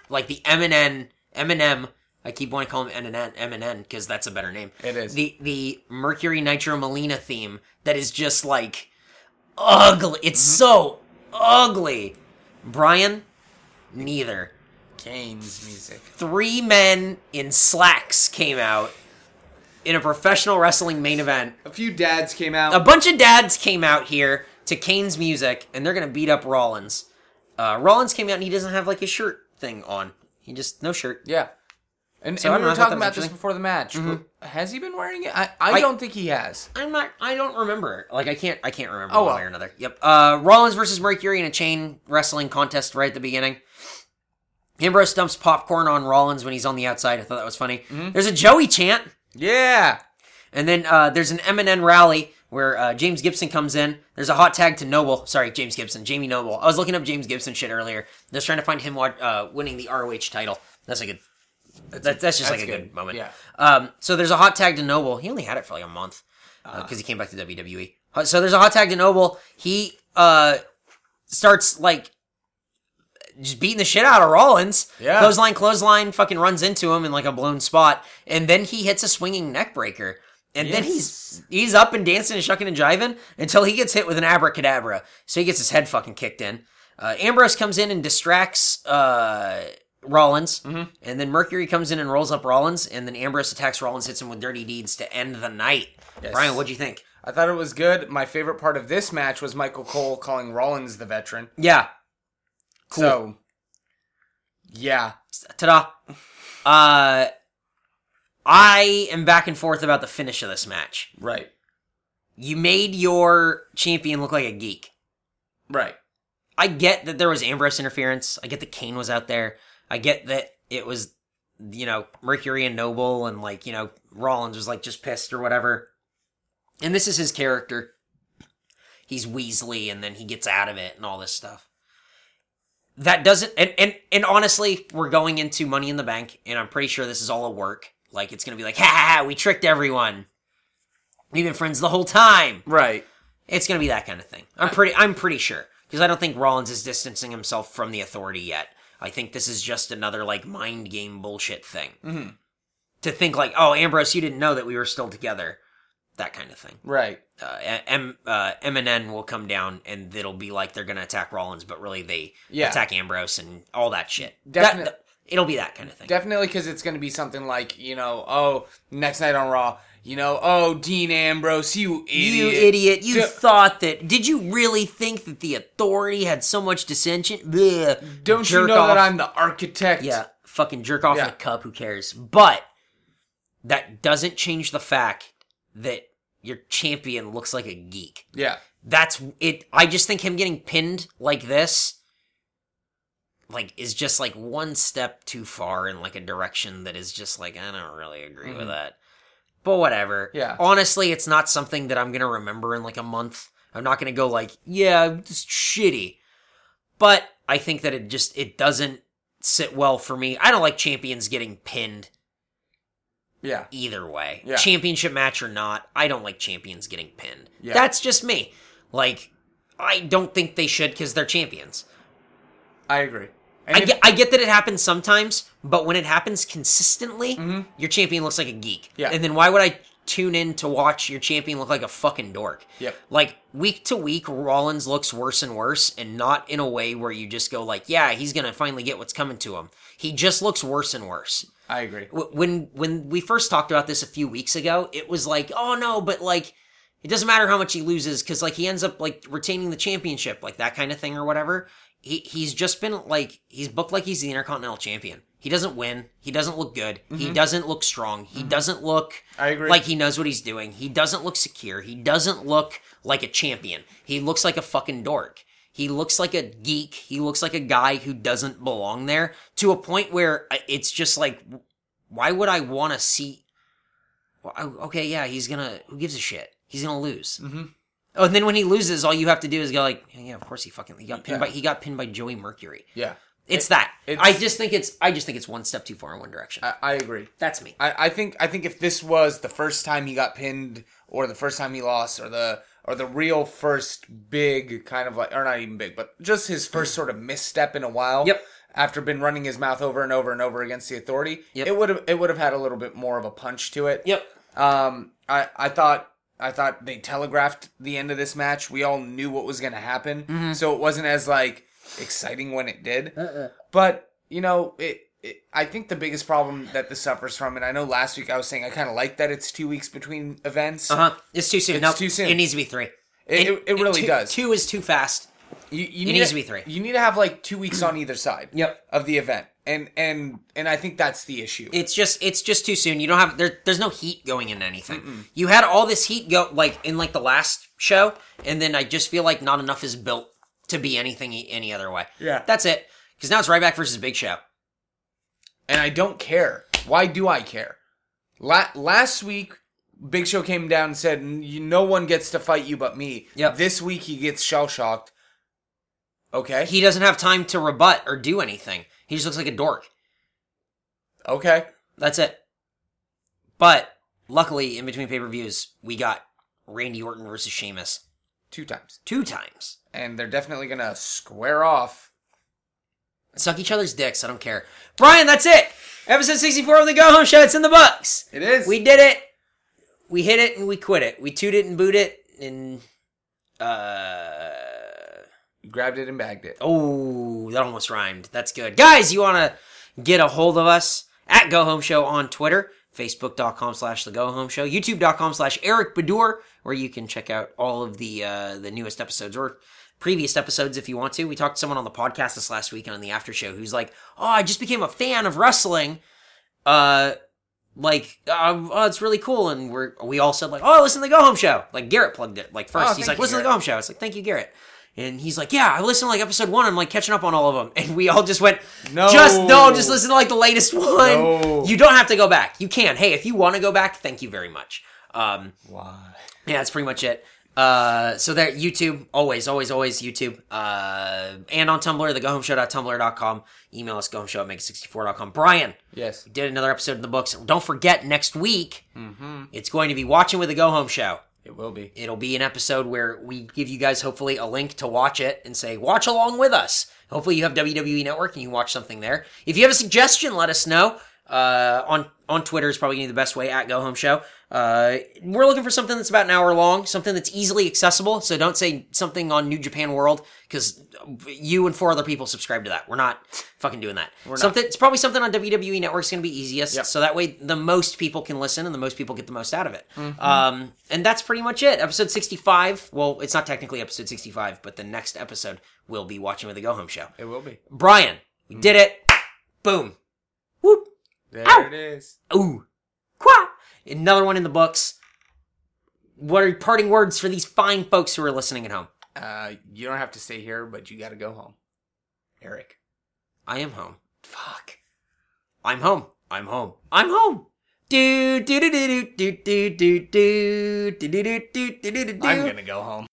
C: like the Eminem Eminem? I keep wanting to call him Eminem Eminem because that's a better name.
B: It is.
C: the the Mercury Nitro Melina theme that is just like ugly. It's
B: Mm-hmm.
C: so ugly. Brian, neither.
B: Kane's music.
C: Three men in slacks came out in a professional wrestling main event.
B: A few dads came out.
C: A bunch of dads came out here to Kane's music, and they're gonna beat up Rollins. Uh, Rollins came out and he doesn't have like his shirt thing on. He just no shirt.
B: yeah. And,
C: So I
B: and
C: don't
B: we
C: know,
B: were
C: I thought
B: talking
C: that was
B: about this
C: interesting.
B: before the match. Has he been wearing it? I, Mm-hmm. I,
C: I-
B: don't think he has.
C: I'm not. I don't remember. Like I can't. I can't remember
B: Oh,
C: one
B: well.
C: way or another. Yep. Uh, Rollins versus Mercury in a chain wrestling contest right at the beginning. Ambrose dumps popcorn on Rollins when he's on the outside. I thought that was funny.
B: Mm-hmm.
C: There's a Joey chant,
B: Yeah.
C: and then uh, there's an Eminem rally where uh, James Gibson comes in. There's a hot tag to Noble. Sorry, James Gibson, Jamie Noble. I was looking up James Gibson shit earlier. Just trying to find him wa- uh, winning the ROH title. That's a good. That's, that's just like
B: that's
C: a good,
B: good.
C: moment.
B: Yeah.
C: Um, so there's a hot tag to Noble. He only had it for like a month because he came back to WWE. Uh, So there's a hot tag to Noble. He uh, starts like just beating the shit out of Rollins.
B: Yeah.
C: Clothesline, clothesline, fucking runs into him in like a blown spot, and then he hits a swinging neck breaker. And then he's he's up and dancing and shucking and jiving until he gets hit with an abracadabra. So he gets his head fucking kicked in. Uh, Ambrose comes in and distracts uh, Rollins, and then Mercury comes in and rolls up Rollins, and then Ambrose attacks Rollins, hits him with dirty deeds to end the night. Brian, what'd you think?
B: I thought it was good. My favorite part of this match was Michael Cole calling Rollins the veteran.
C: Yeah,
B: So, yeah.
C: ta-da. Uh, I am back and forth about the finish of this match.
B: Right.
C: You made your champion look like a geek.
B: Right.
C: I get that there was Ambrose interference. I get that Kane was out there. I get that it was, you know, Mercury and Noble and like, you know, Rollins was like just pissed or whatever. And this is his character. He's Weasley and then he gets out of it and all this stuff. That doesn't and and and honestly, we're going into Money in the Bank and I'm pretty sure this is all a work. Like it's going to be like, "Ha ha, ha, we tricked everyone. We've been friends the whole time."
B: Right.
C: It's gonna be that kind of thing. I'm pretty. I'm pretty sure because I don't think Rollins is distancing himself from the authority yet. I think this is just another like mind game bullshit thing. Mm-hmm. To think like, oh, Ambrose, you didn't know that we were still together, that kind of thing.
B: Right.
C: Uh, M uh, M and N will come down, and it'll be like they're gonna attack Rollins, but really they
B: Yeah.
C: attack Ambrose and all that shit.
B: Definite-
C: That- it'll be that kind of thing.
B: Definitely because it's going to be something like, you know, oh, next night on Raw, you know, oh, Dean Ambrose, you idiot.
C: You idiot! You
B: Do-
C: thought that? Did you really think that the authority had so much dissension? Blech.
B: Don't you
C: Jerk
B: know that
C: off.
B: I'm the architect?
C: Yeah, fucking jerk off in
B: Yeah.
C: a cup. Who cares? But that doesn't change the fact that your champion looks like a geek.
B: Yeah.
C: That's it. I just think him getting pinned like this, like, is just like one step too far in like a direction that is just like I don't really agree with that. But whatever.
B: Yeah.
C: Honestly, it's not something that I'm gonna remember in like a month. I'm not gonna go like, yeah, it's shitty. But I think that it just it doesn't sit well for me. I don't like champions getting pinned
B: Yeah.
C: either way.
B: Yeah.
C: Championship match or not, I don't like champions getting pinned.
B: Yeah.
C: That's just me. Like, I don't think they should because they're champions.
B: I agree. And
C: I
B: if-
C: get, I get that it happens sometimes, but when it happens consistently, your champion looks like a geek.
B: Mm-hmm. Yeah.
C: And then why would I tune in to watch your champion look like a fucking dork?
B: Yep.
C: Like week to week, Rollins looks worse and worse, and not in a way where you just go like, "Yeah, he's gonna finally get what's coming to him." He just looks worse and worse.
B: I agree.
C: Wh- When when we first talked about this a few weeks ago, it was like, "Oh no," but like. It doesn't matter how much he loses because like he ends up like retaining the championship, like that kind of thing or whatever. He he's just been like he's booked like he's the intercontinental champion. He doesn't win. He doesn't look good. He doesn't look strong. He doesn't look
B: I agree.
C: like he knows what he's doing. He doesn't look secure. He doesn't look like a champion. He looks like a fucking dork. He looks like a geek. He looks like a guy who doesn't belong there to a point where I- it's just like why would I want to see? Well, I- okay, yeah, he's gonna. Who gives a shit? He's gonna lose. Mm-hmm. Oh, and then when he loses, all you have to do is go like, yeah, of course he fucking he got pinned by he got pinned by Joey Mercury.
B: Yeah,
C: It's Uh, that.
B: it's-
C: I just think it's I just think it's one step too far in one direction.
B: I, I agree.
C: That's me.
B: I, I think I think if this was the first time he got pinned, or the first time he lost, or the or the real first big kind of like, or not even big, but just his first sort of misstep in a while.
C: Yep.
B: After been running his mouth over and over and over against the authority,
C: Yep.
B: it would have it would have had a little bit more of a punch to it.
C: yep.
B: Um, I, I thought I thought they telegraphed the end of this match. We all knew what was going to happen,
C: Mm-hmm.
B: so it wasn't as like exciting when it did.
C: Uh-uh.
B: But you know, it, it. I think the biggest problem that this suffers from, and I know last week I was saying I kind of like that it's two weeks between events.
C: Uh huh. It's too soon.
B: It's
C: no,
B: too soon.
C: It needs to be three.
B: It, it, it really
C: two-
B: does.
C: Two is too fast.
B: You, you
C: It
B: need
C: needs to be three.
B: You need to have like two weeks on either side.
C: Yep.
B: Of the event, and and and I think that's the issue.
C: It's just it's just too soon. You don't have there. There's no heat going into anything. You had all this heat go like in like the last show, and then I just feel like not enough is built to be anything e- any other way.
B: Yeah.
C: that's it. Because now it's Ryback versus Big Show.
B: and I don't care. Why do I care? La- last week, Big Show came down and said, "N- you- "No one gets to fight you but me."
C: Yep.
B: This week he gets shell shocked. Okay.
C: He doesn't have time to rebut or do anything. He just looks like a dork.
B: okay.
C: That's it. But luckily, in between pay per views, we got Randy Orton versus Sheamus
B: Two times,
C: two times.
B: and they're definitely gonna square off.
C: Suck each other's dicks. I don't care. Brian, that's it. Episode 64 of the Go Home Show. It's in the books.
B: It is.
C: We did it. We hit it and we quit it. We toot it and boot it and uh
B: grabbed it and bagged it.
C: oh, that almost rhymed. That's good. Guys, you wanna get a hold of us at Go Home Show on Twitter, Facebook.com slash the Go Home Show, YouTube.com slash Eric Badur, where you can check out all of the uh the newest episodes or previous episodes if you want to. We talked to someone on the podcast this last week and on the after show who's like, Oh, I just became a fan of wrestling. Uh like uh, oh, it's really cool, and we're we all said like, oh, listen to the Go Home Show. Like Garrett plugged it like first.
B: Oh, thank
C: he's like,
B: you,
C: listen to the
B: Garrett.
C: Go Home Show. It's like, thank you, Garrett. And he's like, yeah, I listened to like episode one. I'm like catching up on all of them, and we all just went,
B: No.
C: just no, just listen to like the latest one.
B: No.
C: You don't have to go back. You can. Hey, if you want to go back, thank you very much. Um,
B: Why?
C: yeah, that's pretty much it. Uh, so there, YouTube, always, always, always YouTube. Uh, and on Tumblr, the gohomeshow.tumblr.com. Email us, gohomeshow at make64.com. Brian,
B: Yes.
C: did another episode in the books. Don't forget next week, it's going to be watching with the Go Home Show.
B: It will be.
C: It'll be an episode where we give you guys hopefully a link to watch it and say watch along with us. Hopefully you have WWE Network and you can watch something there. If you have a suggestion, let us know. Uh, on on Twitter is probably gonna be the best way at Go Home Show. Uh, we're looking for something that's about an hour long, something that's easily accessible. So don't say something on New Japan World because you and four other people subscribe to that. We're not fucking doing that. Something it's probably something on WWE Network's going to be easiest. So that way, the most people can listen and the most people get the most out of it. Um, and that's pretty much it. Episode sixty-five. Well, it's not technically episode sixty-five, but the next episode will be watching with the Go Home Show.
B: It will be.
C: Brian, we did it. Boom. Whoop.
B: There
C: Ow.
B: it is.
C: Ooh. Qua. Another one in the books. What are your parting words for these fine folks who are listening at home?
B: Uh, you don't have to stay here, but you got to go home, Eric.
C: I am home. Fuck. I'm home. I'm home. I'm home. Do do do do do do do do do do do do do do.
B: I'm gonna go home.